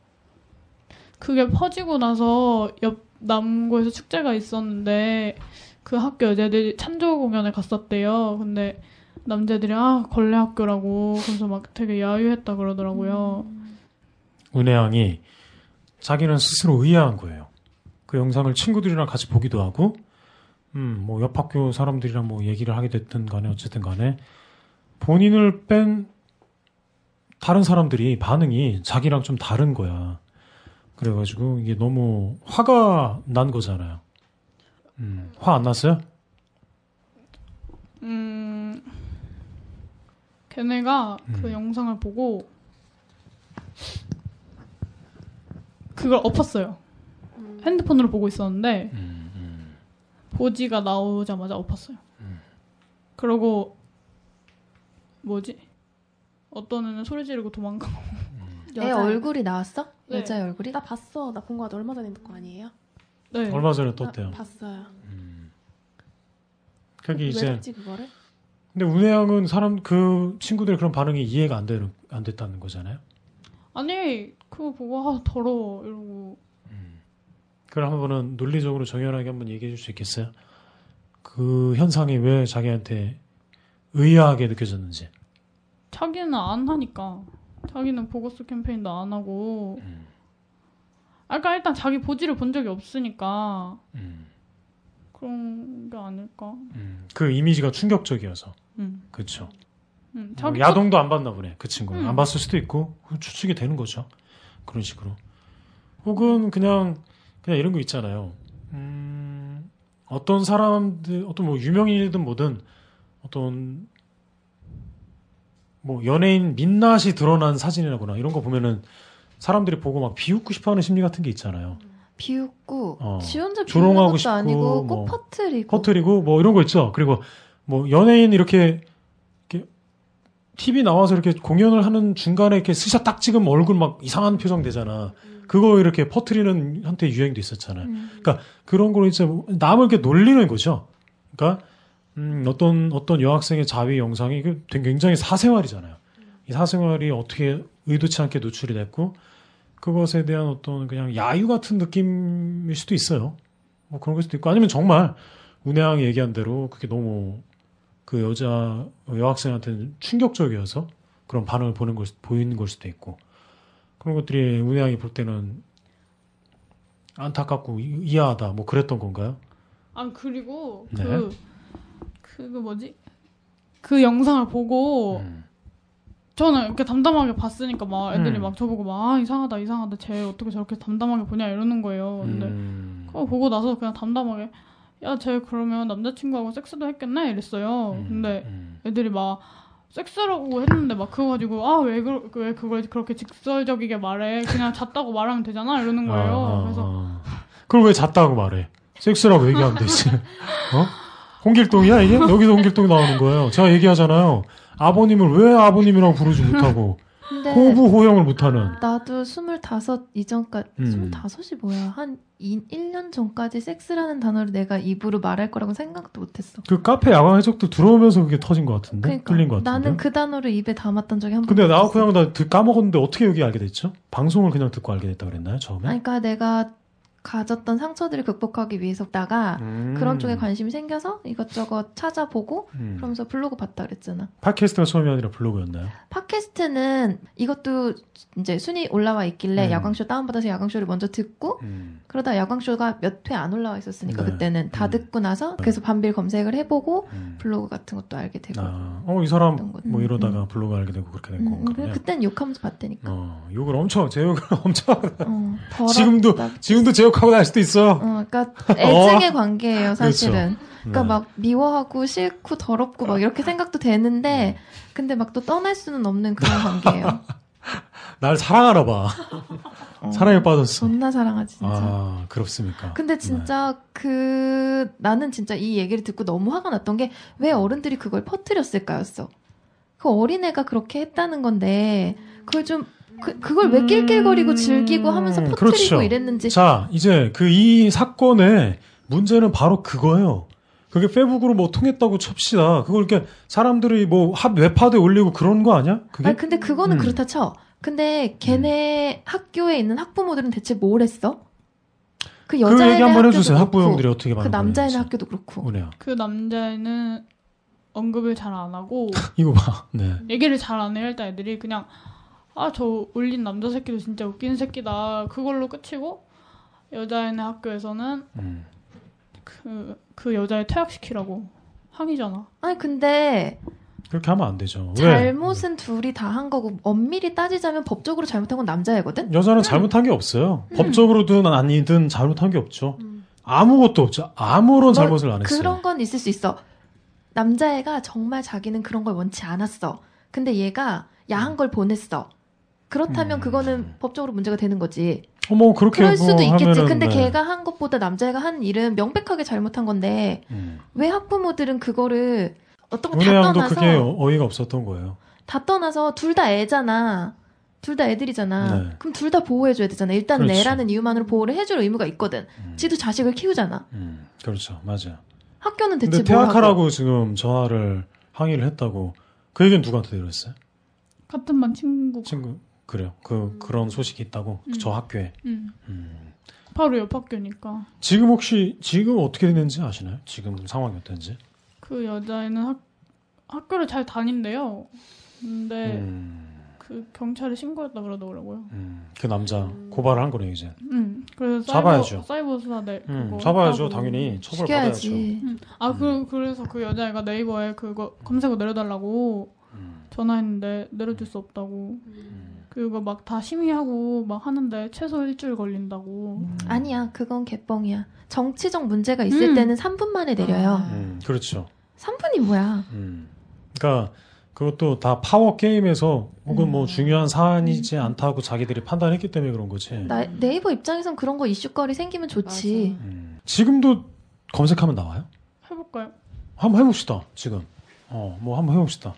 Speaker 2: 그게 퍼지고 나서 옆 남고에서 축제가 있었는데 그 학교 여자들이 찬조 공연을 갔었대요. 근데 남자들이 아 걸레 학교라고 그래서 막 되게 야유했다 그러더라고요.
Speaker 1: 운해양이 자기는 스스로 의아한 거예요. 그 영상을 친구들이랑 같이 보기도 하고, 음, 뭐 옆 학교 사람들이랑 뭐 얘기를 하게 됐든 간에 어쨌든 간에 본인을 뺀 다른 사람들이 반응이 자기랑 좀 다른 거야. 그래가지고 이게 너무 화가 난 거잖아요. 음, 화 안 났어요?
Speaker 2: 음, 걔네가
Speaker 1: 음.
Speaker 2: 그 영상을 보고 그걸 엎었어요. 핸드폰으로 보고 있었는데 보지가 나오자마자 엎었어요.
Speaker 1: 음.
Speaker 2: 그러고 뭐지? 어떤 애는 소리 지르고 도망가고
Speaker 3: 애 얼굴이 나왔어?
Speaker 2: 네.
Speaker 3: 여자의 얼굴이?
Speaker 4: 나 봤어. 나 본 거 같아. 얼마 전에 거 아니에요?
Speaker 2: 네.
Speaker 1: 얼마 전에
Speaker 4: 나
Speaker 1: 떴대요. 음.
Speaker 4: 봤어요.
Speaker 1: 그게
Speaker 4: 왜
Speaker 1: 이제
Speaker 4: 봤지 그거를?
Speaker 1: 근데 운혜 양은 사람 그 친구들의 그런 반응이 이해가 안 되는 안 됐다는 거잖아요.
Speaker 2: 아니 그거 보고 아 더러워 이러고
Speaker 1: 그걸 한번은 논리적으로 정연하게 한번 얘기해 줄 수 있겠어요? 그 현상이 왜 자기한테 의아하게 느껴졌는지.
Speaker 2: 자기는 안 하니까 자기는 보고서 캠페인도 안 하고 아까 일단 자기 보지를 본 적이 없으니까 그런 게 아닐까
Speaker 1: 그 이미지가 충격적이어서.
Speaker 2: 음.
Speaker 1: 그렇죠. 뭐
Speaker 2: 음, 자기
Speaker 1: 야동도 안 봤나 보네. 그 친구는
Speaker 2: 음.
Speaker 1: 안 봤을 수도 있고 그건 추측이 되는 거죠. 그런 식으로. 혹은 그냥 그냥 이런 거 있잖아요. 음, 어떤 사람들 어떤 뭐 유명인이든 뭐든 어떤 뭐 연예인 민낯이 드러난 사진이라거나 이런 거 보면은 사람들이 보고 막 비웃고 싶어하는 심리 같은 게 있잖아요.
Speaker 3: 비웃고
Speaker 1: 어.
Speaker 3: 지 혼자 비웃는
Speaker 1: 조롱하고
Speaker 3: 것도
Speaker 1: 싶고,
Speaker 3: 아니고
Speaker 1: 뭐.
Speaker 3: 꼭 퍼뜨리고
Speaker 1: 퍼뜨리고 뭐 이런 거 있죠. 그리고 뭐 연예인 이렇게 이렇게 TV 나와서 이렇게 공연을 하는 중간에 이렇게 스샷 딱 찍으면 얼굴 막 이상한 표정 되잖아. 그거 이렇게 퍼뜨리는 한테 유행도 있었잖아요.
Speaker 3: 음.
Speaker 1: 그러니까 그런 거로 이제 남을 이렇게 놀리는 거죠. 그러니까 음, 어떤 어떤 여학생의 자위 영상이 그 되게 굉장히 사생활이잖아요. 이 사생활이 어떻게 의도치 않게 노출이 됐고 그것에 대한 어떤 그냥 야유 같은 느낌일 수도 있어요. 뭐 그런 걸 수도 있고 아니면 정말 운혜양 얘기한 대로 그게 너무 그 여자 여학생한테는 충격적이어서 그런 반응을 보는 걸 수- 보이는 걸 수도 있고 그런 것들이 운혜양이 볼 때는 안타깝고 이- 이해하다 뭐 그랬던 건가요?
Speaker 2: 아 그리고
Speaker 1: 네.
Speaker 2: 그 그거 뭐지 그 영상을 보고
Speaker 1: 음.
Speaker 2: 저는 이렇게 담담하게 봤으니까 막 애들이
Speaker 1: 음.
Speaker 2: 막 저보고 막 아, 이상하다 이상하다 쟤 어떻게 저렇게 담담하게 보냐 이러는 거예요 근데
Speaker 1: 음.
Speaker 2: 그거 보고 나서 그냥 담담하게 야 쟤 그러면 남자친구하고 섹스도 했겠네 이랬어요 근데
Speaker 1: 음.
Speaker 2: 애들이 막 섹스라고 했는데 막 그거 가지고 아 왜 그걸 그렇게 직설적이게 말해 그냥 잤다고 말하면 되잖아
Speaker 3: 음.
Speaker 2: 이러는 거예요
Speaker 1: 아, 아,
Speaker 2: 그래서
Speaker 1: 아. 그걸 왜 잤다고 말해? 섹스라고 얘기하면 되지. 어? 홍길동이야 이게? 여기서 홍길동 나오는 거예요. 제가 얘기하잖아요. 아버님을 왜 아버님이라고 부르지 못하고
Speaker 3: 근데
Speaker 1: 호부 호영을 못하는.
Speaker 3: 나도 스물다섯 이전까지
Speaker 1: 음.
Speaker 3: 스물다섯이 뭐야 한 이, 1년 전까지 섹스라는 단어를 내가 입으로 말할 거라고 생각도 못했어
Speaker 1: 그 카페 야광 해적도 들어오면서 그게 터진 것 같은데 끌린 것 같은데.
Speaker 3: 그러니까. 나는 그 단어를 입에 담았던 적이 한번
Speaker 1: 근데 나하고 그냥 나 듣- 까먹었는데 어떻게 여기 알게 됐죠? 방송을 그냥 듣고 알게 됐다 그랬나요 처음에?
Speaker 3: 아니, 그러니까 내가 가졌던 상처들을 극복하기 위해서다가
Speaker 1: 음.
Speaker 3: 그러니까 그런 쪽에 관심이 생겨서 이것저것 찾아보고
Speaker 1: 음.
Speaker 3: 그러면서 블로그 봤다 그랬잖아.
Speaker 1: 팟캐스트가 처음이 아니라 블로그였나요?
Speaker 3: 팟캐스트는 이것도 이제 순위 올라와 있길래
Speaker 1: 음.
Speaker 3: 야광쇼 다운받아서 야광쇼를 먼저 듣고 그러다 야광쇼가 몇 회 안 올라와 있었으니까
Speaker 1: 네.
Speaker 3: 그때는 다
Speaker 1: 음.
Speaker 3: 듣고 나서 그래서 반빌 검색을 해보고
Speaker 1: 음.
Speaker 3: 블로그 같은 것도 알게 되고
Speaker 1: 아, 어이 사람
Speaker 3: 어떤 것-
Speaker 1: 뭐
Speaker 3: 음,
Speaker 1: 이러다가 블로그 알게 되고 그렇게 된
Speaker 3: 음, 음,
Speaker 1: 건가? 요
Speaker 3: 그땐 욕하면서 봤다니까
Speaker 1: 어, 욕을 엄청 제 욕을 엄청
Speaker 3: 어, 더럽다.
Speaker 1: 지금도- 지금도 제 욕하고 날 수도 있어.
Speaker 3: 어, 그러니까 애증의 관계예요 사실은 그러니까
Speaker 1: 네. 어.
Speaker 3: 막 미워하고 싫고 더럽고 막 이렇게 생각도
Speaker 6: 네.
Speaker 3: 되는데 근데 막 또 떠날 수는 없는 그런 관계예요.
Speaker 1: 날 사랑하나 봐.
Speaker 3: 어,
Speaker 1: 사랑에 빠졌어.
Speaker 3: 존나 사랑하지 진짜.
Speaker 1: 아 그렇습니까?
Speaker 3: 근데 진짜 그 나는 진짜 이 얘기를 듣고 너무 화가 났던 게 왜
Speaker 1: 음.
Speaker 3: 어른들이 그걸 퍼뜨렸을까였어. 그 어린애가 그렇게 했다는 건데 그걸 좀 그, 그걸 왜 낄낄거리고 즐기고 하면서
Speaker 1: 음,
Speaker 3: 퍼뜨리고
Speaker 1: 그렇죠.
Speaker 3: 이랬는지
Speaker 1: 자, 이제 그 이 사건의 문제는 바로 그거예요. 그게 페북으로 뭐 통했다고 칩시다. 그걸 이렇게 사람들이 뭐 합 웹하드에 올리고 그런 거 아니야? 그게?
Speaker 3: 아니, 근데 그거는
Speaker 1: 음.
Speaker 3: 그렇다 쳐. 근데 걔네 학교에 있는 학부모들은 대체 뭘 했어? 그
Speaker 1: 그
Speaker 3: 여자애네
Speaker 1: 얘기 한번
Speaker 3: 학교도
Speaker 1: 해주세요.
Speaker 3: 그렇고,
Speaker 1: 학부형들이 어떻게
Speaker 3: 그
Speaker 1: 반응을
Speaker 3: 남자애네
Speaker 1: 했는지. 어.
Speaker 3: 학교도 그렇고.
Speaker 1: 은혜야.
Speaker 2: 그 남자애는 언급을 잘 안 하고
Speaker 1: 이거 봐. 네.
Speaker 2: 얘기를 잘 안 해요 일단 애들이 그냥 아 저 올린 남자 새끼도 진짜 웃긴 새끼다 그걸로 끝이고 여자애네 학교에서는
Speaker 1: 음.
Speaker 2: 그, 그 여자를 퇴학시키라고 항의잖아.
Speaker 3: 아니 근데
Speaker 1: 그렇게 하면 안 되죠. 왜?
Speaker 3: 잘못은 둘이 다 한 거고 엄밀히 따지자면 법적으로 잘못한 건 남자애거든.
Speaker 1: 여자는 잘못한 게 없어요.
Speaker 3: 음.
Speaker 1: 법적으로든 아니든 잘못한 게 없죠. 아무것도 없죠. 아무런
Speaker 3: 뭐,
Speaker 1: 잘못을 안 했어요.
Speaker 3: 그런 건 있을 수 있어. 남자애가 정말 자기는 그런 걸 원치 않았어. 근데 얘가 야한 걸 보냈어. 그렇다면
Speaker 1: 음.
Speaker 3: 그거는 법적으로 문제가 되는 거지.
Speaker 1: 어, 뭐 그렇게
Speaker 3: 그럴 수도
Speaker 1: 뭐
Speaker 3: 있겠지.
Speaker 1: 하면은,
Speaker 3: 근데
Speaker 1: 네.
Speaker 3: 걔가 한 것보다 남자애가 한 일은 명백하게 잘못한 건데
Speaker 1: 음.
Speaker 3: 왜 학부모들은 그거를 어떤 거 다
Speaker 1: 은혜양도
Speaker 3: 떠나서
Speaker 1: 그게 어- 어이가 없었던 거예요.
Speaker 3: 다 떠나서 둘 다 애잖아. 둘 다 애들이잖아.
Speaker 1: 네.
Speaker 3: 그럼 둘 다 보호해줘야 되잖아. 일단
Speaker 1: 그렇지.
Speaker 3: 내라는 이유만으로 보호를 해줄 의무가 있거든.
Speaker 1: 음.
Speaker 3: 지도 자식을 키우잖아.
Speaker 1: 음, 그렇죠, 맞아요.
Speaker 3: 학교는 대체
Speaker 1: 근데
Speaker 3: 뭘 하고?
Speaker 1: 퇴학하라고 지금 전화를 항의를 했다고 그 얘기는 누구한테 들었어요?
Speaker 2: 같은 반 친구.
Speaker 1: 친구 그래요.
Speaker 3: 음.
Speaker 1: 그 그런 소식이 있다고
Speaker 2: 음.
Speaker 1: 저 학교에.
Speaker 2: 응.
Speaker 1: 음.
Speaker 2: 바로 옆 학교니까.
Speaker 1: 지금 혹시 지금 어떻게 됐는지 아시나요? 지금 상황이 어떤지?
Speaker 2: 그 여자애는 학, 학교를 잘 다닌대요.
Speaker 3: 네.
Speaker 2: 근데
Speaker 1: 음,
Speaker 2: 그 경찰에 신고했다 그러더라고요.
Speaker 1: 음, 그 남자 고발을 한 거네요 이제.
Speaker 2: 음, 그래서
Speaker 1: 잡아야죠.
Speaker 2: 사이버, 사이버 수사 내
Speaker 1: 음,
Speaker 2: 그거
Speaker 1: 잡아야죠
Speaker 2: 했다고.
Speaker 1: 당연히 처벌 받아야죠.
Speaker 3: 시켜야지.
Speaker 2: 음, 아, 그, 그래서 그 여자애가 네이버에 그거 검색어 내려달라고
Speaker 1: 음,
Speaker 2: 전화했는데 내려줄 수 없다고. 그거 막 다 심의하고 막 하는데 최소 일주일 걸린다고.
Speaker 1: 음.
Speaker 3: 아니야, 그건 개뻥이야. 정치적 문제가 있을
Speaker 2: 음.
Speaker 3: 때는 3분 만에 내려요.
Speaker 1: 음, 그렇죠.
Speaker 3: 3분이 뭐야?
Speaker 1: 음. 그러니까 그것도 다 파워 게임에서 혹은
Speaker 3: 음.
Speaker 1: 뭐 중요한 사안이지 않다고 자기들이 판단했기 때문에 그런 거지.
Speaker 3: 나, 네이버 입장에선 그런 거 이슈거리 생기면 좋지.
Speaker 1: 음. 지금도 검색하면 나와요?
Speaker 2: 해볼까요?
Speaker 1: 한번 해봅시다. 지금. 어, 뭐 한번 해봅시다.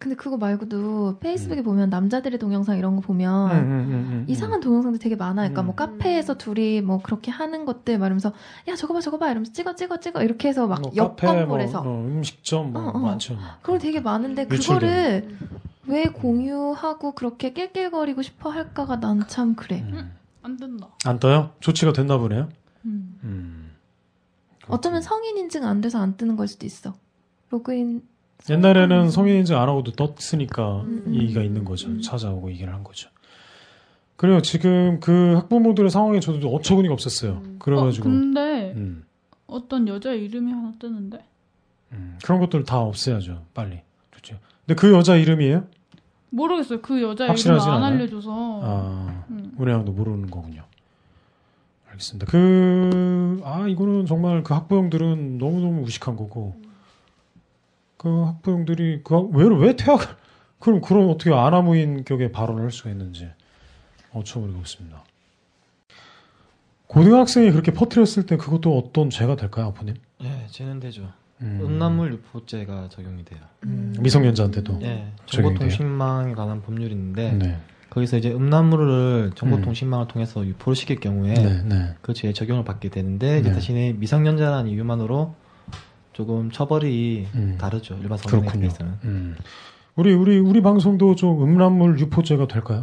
Speaker 3: 근데 그거 말고도 페이스북에 보면 남자들의 동영상 이런 거 보면
Speaker 1: 음, 음, 음, 음.
Speaker 3: 이상한 동영상들 되게 많아. 그러니까
Speaker 1: 음.
Speaker 3: 뭐 카페에서 둘이 뭐 그렇게 하는 것들 말하면서 야 저거 봐 저거 봐 이러면서 찍어 찍어 찍어 이렇게 해서 막
Speaker 1: 뭐 카페,
Speaker 3: 옆건물에서
Speaker 1: 뭐, 어, 음식점 뭐
Speaker 3: 어, 어.
Speaker 1: 많죠. 뭐.
Speaker 3: 그걸 되게 많은데
Speaker 1: 유출되는.
Speaker 3: 그거를 왜 공유하고 그렇게 낄낄거리고 싶어 할까가 난 참 그래.
Speaker 1: 음.
Speaker 2: 안 된다. 어,
Speaker 1: 안 떠요? 조치가 됐나 보네요.
Speaker 2: 음.
Speaker 1: 음.
Speaker 3: 어쩌면 성인 인증 안 돼서 안 뜨는 걸 수도 있어. 로그인
Speaker 1: 옛날에는 성인 인증 안 하고도 떴으니까
Speaker 3: 음, 음.
Speaker 1: 얘기가 있는 거죠. 찾아오고 얘기를 한 거죠. 그래요. 지금 그 학부모들의 상황이 저도 어처구니가 없었어요. 그래가지고
Speaker 2: 어, 근데
Speaker 1: 음,
Speaker 2: 어떤 여자 이름이 하나 뜨는데
Speaker 1: 음. 그런 것들 다 없애야죠. 빨리. 좋죠. 근데 그 여자 이름이에요?
Speaker 2: 모르겠어요. 그 여자 이름을
Speaker 1: 확실하진
Speaker 2: 안
Speaker 1: 않아요?
Speaker 2: 알려줘서.
Speaker 1: 아,
Speaker 2: 음.
Speaker 1: 은혜양도 모르는 거군요. 알겠습니다. 그, 아, 이거는 정말 그 학부형들은 너무너무 무식한 거고, 그 학부형들이, 그, 학- 왜, 왜 퇴학을, 그럼, 그럼 어떻게 아나무인 격의 발언을 할 수가 있는지 어처구니가 없습니다. 고등학생이 그렇게 퍼뜨렸을 때 그것도 어떤 죄가 될까요, 아버님?
Speaker 6: 예, 쟤는 되죠.
Speaker 1: 음,
Speaker 6: 음란물 유포죄가 적용이 돼요.
Speaker 3: 음.
Speaker 1: 미성년자한테도.
Speaker 6: 예,
Speaker 1: 적용이 돼요?
Speaker 6: 정보통신망에 관한 법률이 있는데
Speaker 1: 네.
Speaker 6: 거기서 이제 음란물을 정보통신망을 통해서 유포를 시킬 경우에
Speaker 1: 네, 네.
Speaker 6: 그 죄에 적용을 받게 되는데 이제
Speaker 1: 네.
Speaker 6: 대신에 미성년자라는 이유만으로 조금 처벌이
Speaker 1: 음.
Speaker 6: 다르죠. 일반 성인에
Speaker 1: 그렇군요.
Speaker 6: 비해서는.
Speaker 1: 음. 우리, 우리, 우리 방송도 좀 음란물 유포죄가 될까요?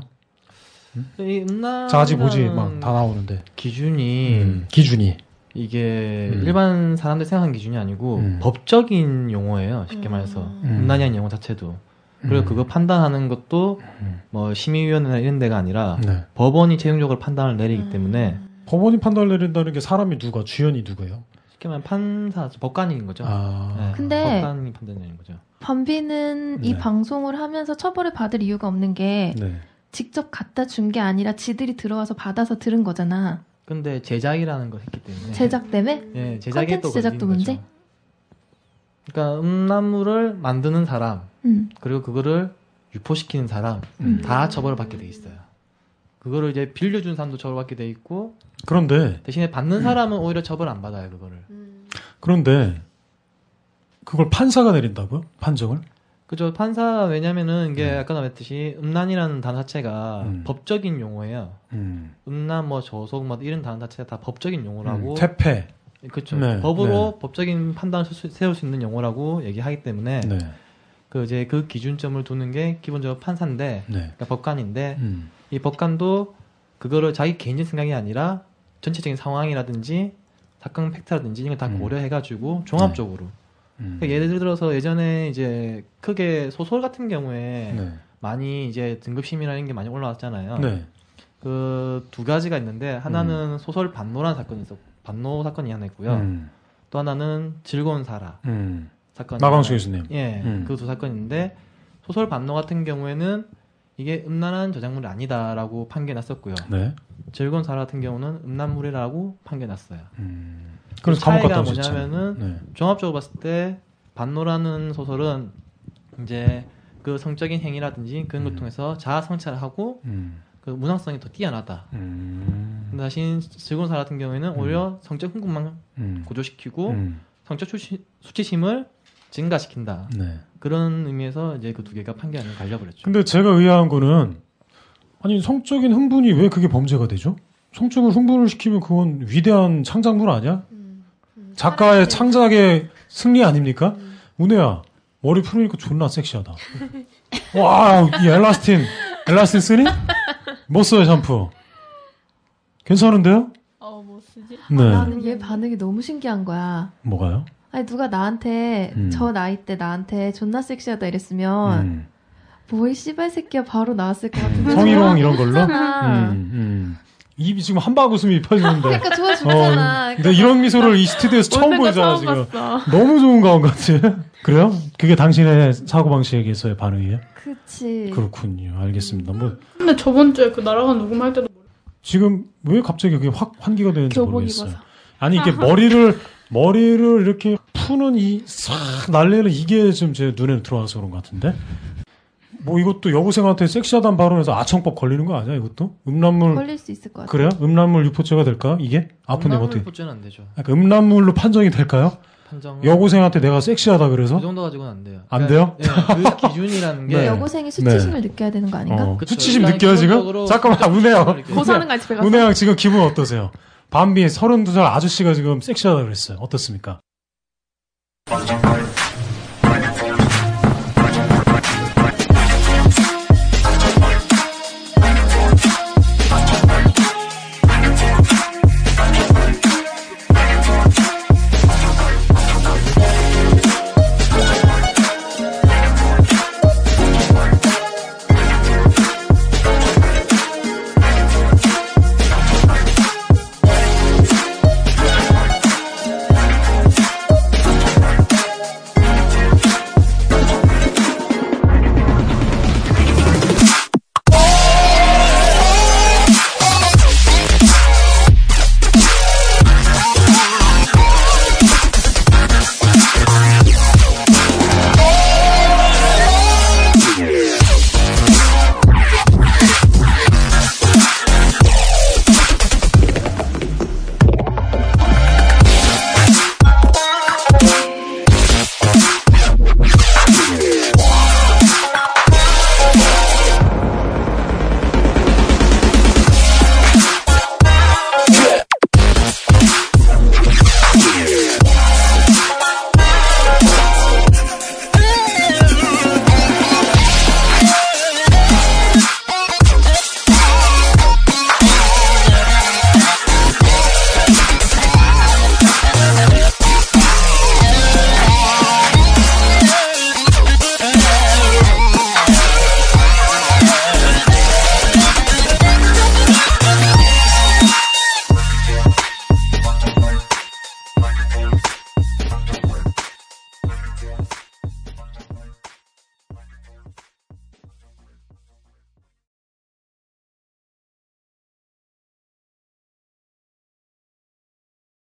Speaker 6: 이 음란
Speaker 1: 자, 아직 뭐지? 막 다 나오는데.
Speaker 6: 기준이
Speaker 1: 기준이.
Speaker 6: 이게
Speaker 1: 음.
Speaker 6: 일반 사람들 생각하는 기준이 아니고
Speaker 1: 음.
Speaker 6: 법적인 용어예요. 쉽게 말해서
Speaker 1: 음.
Speaker 6: 음란이라는 용어 자체도. 그리고
Speaker 1: 음.
Speaker 6: 그거 판단하는 것도
Speaker 1: 음.
Speaker 6: 뭐 심의위원회나 이런 데가 아니라
Speaker 1: 네.
Speaker 6: 법원이 최종적으로 판단을 내리기 때문에
Speaker 1: 법원이 판단을 내린다는 게 사람이 누가 주연이 누구예요?
Speaker 6: 쉽게 말하면 판사, 법관인 거죠.
Speaker 1: 아,
Speaker 6: 네,
Speaker 3: 근데-
Speaker 6: 법관이 판단 내리는 거죠.
Speaker 3: 반비는 이
Speaker 1: 네.
Speaker 3: 방송을 하면서 처벌을 받을 이유가 없는 게
Speaker 1: 네.
Speaker 3: 직접 갖다 준 게 아니라 지들이 들어와서 받아서 들은 거잖아.
Speaker 6: 근데 제작이라는 걸 했기 때문에
Speaker 3: 제작 때문에
Speaker 6: 예, 제작에 또
Speaker 3: 콘텐츠 제작도
Speaker 6: 걸리는
Speaker 3: 문제?
Speaker 6: 거죠. 그러니까 음란물을 만드는 사람
Speaker 3: 음.
Speaker 6: 그리고 그거를 유포시키는 사람
Speaker 1: 음.
Speaker 6: 다 처벌을 받게 돼 있어요. 그거를 이제 빌려준 사람도 처벌받게 돼 있고
Speaker 1: 그런데
Speaker 6: 대신에
Speaker 1: 음.
Speaker 6: 받는 사람은 오히려 처벌 안 받아요 그거를.
Speaker 1: 그런데 그걸 판사가 내린다고요? 판정을?
Speaker 6: 그죠 판사 왜냐면은 이게
Speaker 1: 음.
Speaker 6: 아까 말했듯이 음란이라는 단어 자체가
Speaker 1: 음.
Speaker 6: 법적인 용어예요.
Speaker 1: 음.
Speaker 6: 음란 뭐 저속 뭐 이런 단어 자체가 다 법적인 용어라고.
Speaker 1: 퇴폐.
Speaker 6: 그렇죠.
Speaker 1: 음. 네,
Speaker 6: 법으로 법적인 판단을 수- 세울 수 있는 용어라고 얘기하기 때문에
Speaker 1: 네.
Speaker 6: 그 이제 그 기준점을 두는 게 기본적으로 판사인데
Speaker 1: 네.
Speaker 6: 그러니까 법관인데
Speaker 1: 음.
Speaker 6: 이 법관도 그거를 자기 개인적인 생각이 아니라 전체적인 상황이라든지 사건 팩트라든지 이런 걸 다
Speaker 1: 음.
Speaker 6: 고려해가지고 종합적으로
Speaker 1: 음.
Speaker 6: 그러니까 예를 들어서 예전에 이제 크게 소설 같은 경우에
Speaker 1: 네.
Speaker 6: 많이 이제 등급 심의라는 게 많이 올라왔잖아요.
Speaker 1: 네.
Speaker 6: 그 두 가지가 있는데 하나는 소설 반노란 사건이 있었고 반노 사건이 하나 있고요.
Speaker 1: 음,
Speaker 6: 또 하나는 즐거운 사라
Speaker 1: 음.
Speaker 6: 사건.
Speaker 1: 나광수 교수님.
Speaker 6: 예,
Speaker 1: 음.
Speaker 6: 그 두 사건인데 소설 반노 같은 경우에는 이게 음란한 저작물이 아니다라고 판결났었고요.
Speaker 1: 네.
Speaker 6: 즐거운 사라 같은 경우는 음란물이라고 판결났어요.
Speaker 1: 음. 그래서
Speaker 6: 그
Speaker 1: 감옥
Speaker 6: 차이가
Speaker 1: 갔다 오셨잖아요.
Speaker 6: 뭐냐면은
Speaker 1: 네.
Speaker 6: 종합적으로 봤을 때 반노라는 소설은 이제 그 성적인 행위라든지 그런
Speaker 1: 음.
Speaker 6: 걸 통해서 자아 성찰을 하고
Speaker 1: 음.
Speaker 6: 그 문항성이 더 뛰어나다.
Speaker 1: 음.
Speaker 6: 근데 다신 즐거운 사람 같은 경우에는
Speaker 1: 음.
Speaker 6: 오히려 성적 흥분만
Speaker 1: 음.
Speaker 6: 고조시키고
Speaker 1: 음.
Speaker 6: 성적 수치, 수치심을 증가시킨다.
Speaker 1: 네.
Speaker 6: 그런 의미에서 이제 그 두 개가 판결이 갈려버렸죠.
Speaker 1: 근데 제가 의아한 거는 아니 성적인 흥분이 왜 그게 범죄가 되죠? 성적인 흥분을 시키면 그건 위대한 창작물 아니야?
Speaker 5: 음, 음,
Speaker 1: 작가의
Speaker 5: 사람들의-
Speaker 1: 창작의 승리 아닙니까?
Speaker 5: 음.
Speaker 1: 문혜야 머리 풀으니까 존나 섹시하다. 와, 이 엘라스틴 엘라스틴 쓰니? 못 써요 샴푸. 괜찮은데요?
Speaker 2: 어, 뭐 쓰지?
Speaker 1: 네.
Speaker 3: 나는 얘 반응이 너무 신기한 거야.
Speaker 1: 뭐가요?
Speaker 3: 아니 누가 나한테
Speaker 1: 음.
Speaker 3: 저 나이 때 나한테 존나 섹시하다
Speaker 5: 어.
Speaker 3: 이랬으면
Speaker 1: 음.
Speaker 3: 뭐이 씨발 새끼야 바로 나왔을 것 같은데
Speaker 1: 성희롱 이런 걸로.
Speaker 3: 좋아하잖아.
Speaker 1: 음, 음. 입이 지금 한바구 웃음이 펴지는데.
Speaker 3: 그러니까 좋아 죽잖아.
Speaker 1: 근데 이런 미소를 이 스튜디오에서 처음 보여줘요 지금. 너무 좋은 가운 같아. 그래요? 그게 당신의 사고 방식에서의 반응이에요?
Speaker 3: 그치.
Speaker 1: 그렇군요. 알겠습니다. 뭐
Speaker 2: 근데 저번 주에 그 날아간 녹음할 때도
Speaker 1: 지금 왜 갑자기 그게 확 환기가 되는지
Speaker 4: 교복
Speaker 1: 모르겠어요.
Speaker 4: 입어서.
Speaker 1: 아니 이게 머리를 머리를 이렇게 푸는 이싹 날리는 이게 지금 제 눈에 들어와서 그런 것 같은데. 뭐 이것도 여고생한테 섹시하다는 발언에서 아청법 걸리는 거 아니야? 이것도 음란물
Speaker 3: 걸릴 수 있을 것 같아.
Speaker 1: 그래요? 음란물 유포죄가 될까? 이게 아픈데
Speaker 6: 음란물
Speaker 1: 어떻게?
Speaker 6: 포죄는 안 되죠.
Speaker 1: 그러니까 음란물로 판정이 될까요?
Speaker 6: 판정.
Speaker 1: 여고생한테 내가 섹시하다
Speaker 6: 그
Speaker 1: 그래서
Speaker 6: 정도 가지고는 안 돼요.
Speaker 1: 안
Speaker 6: 그러니까, 예, 그 기준이라는 게
Speaker 1: 네.
Speaker 3: 여고생이 수치심을 느껴야 되는 거 아닌가?
Speaker 1: 어,
Speaker 6: 그쵸.
Speaker 1: 수치심
Speaker 6: 일단
Speaker 1: 느껴요 지금?
Speaker 6: 기본적으로 그러니까
Speaker 1: 잠깐만 문혜영
Speaker 4: 고사는 같이 배가
Speaker 1: 문혜영 지금 기분 어떠세요? 밤비 32살 아저씨가 지금 섹시하다 그랬어요. 어떻습니까?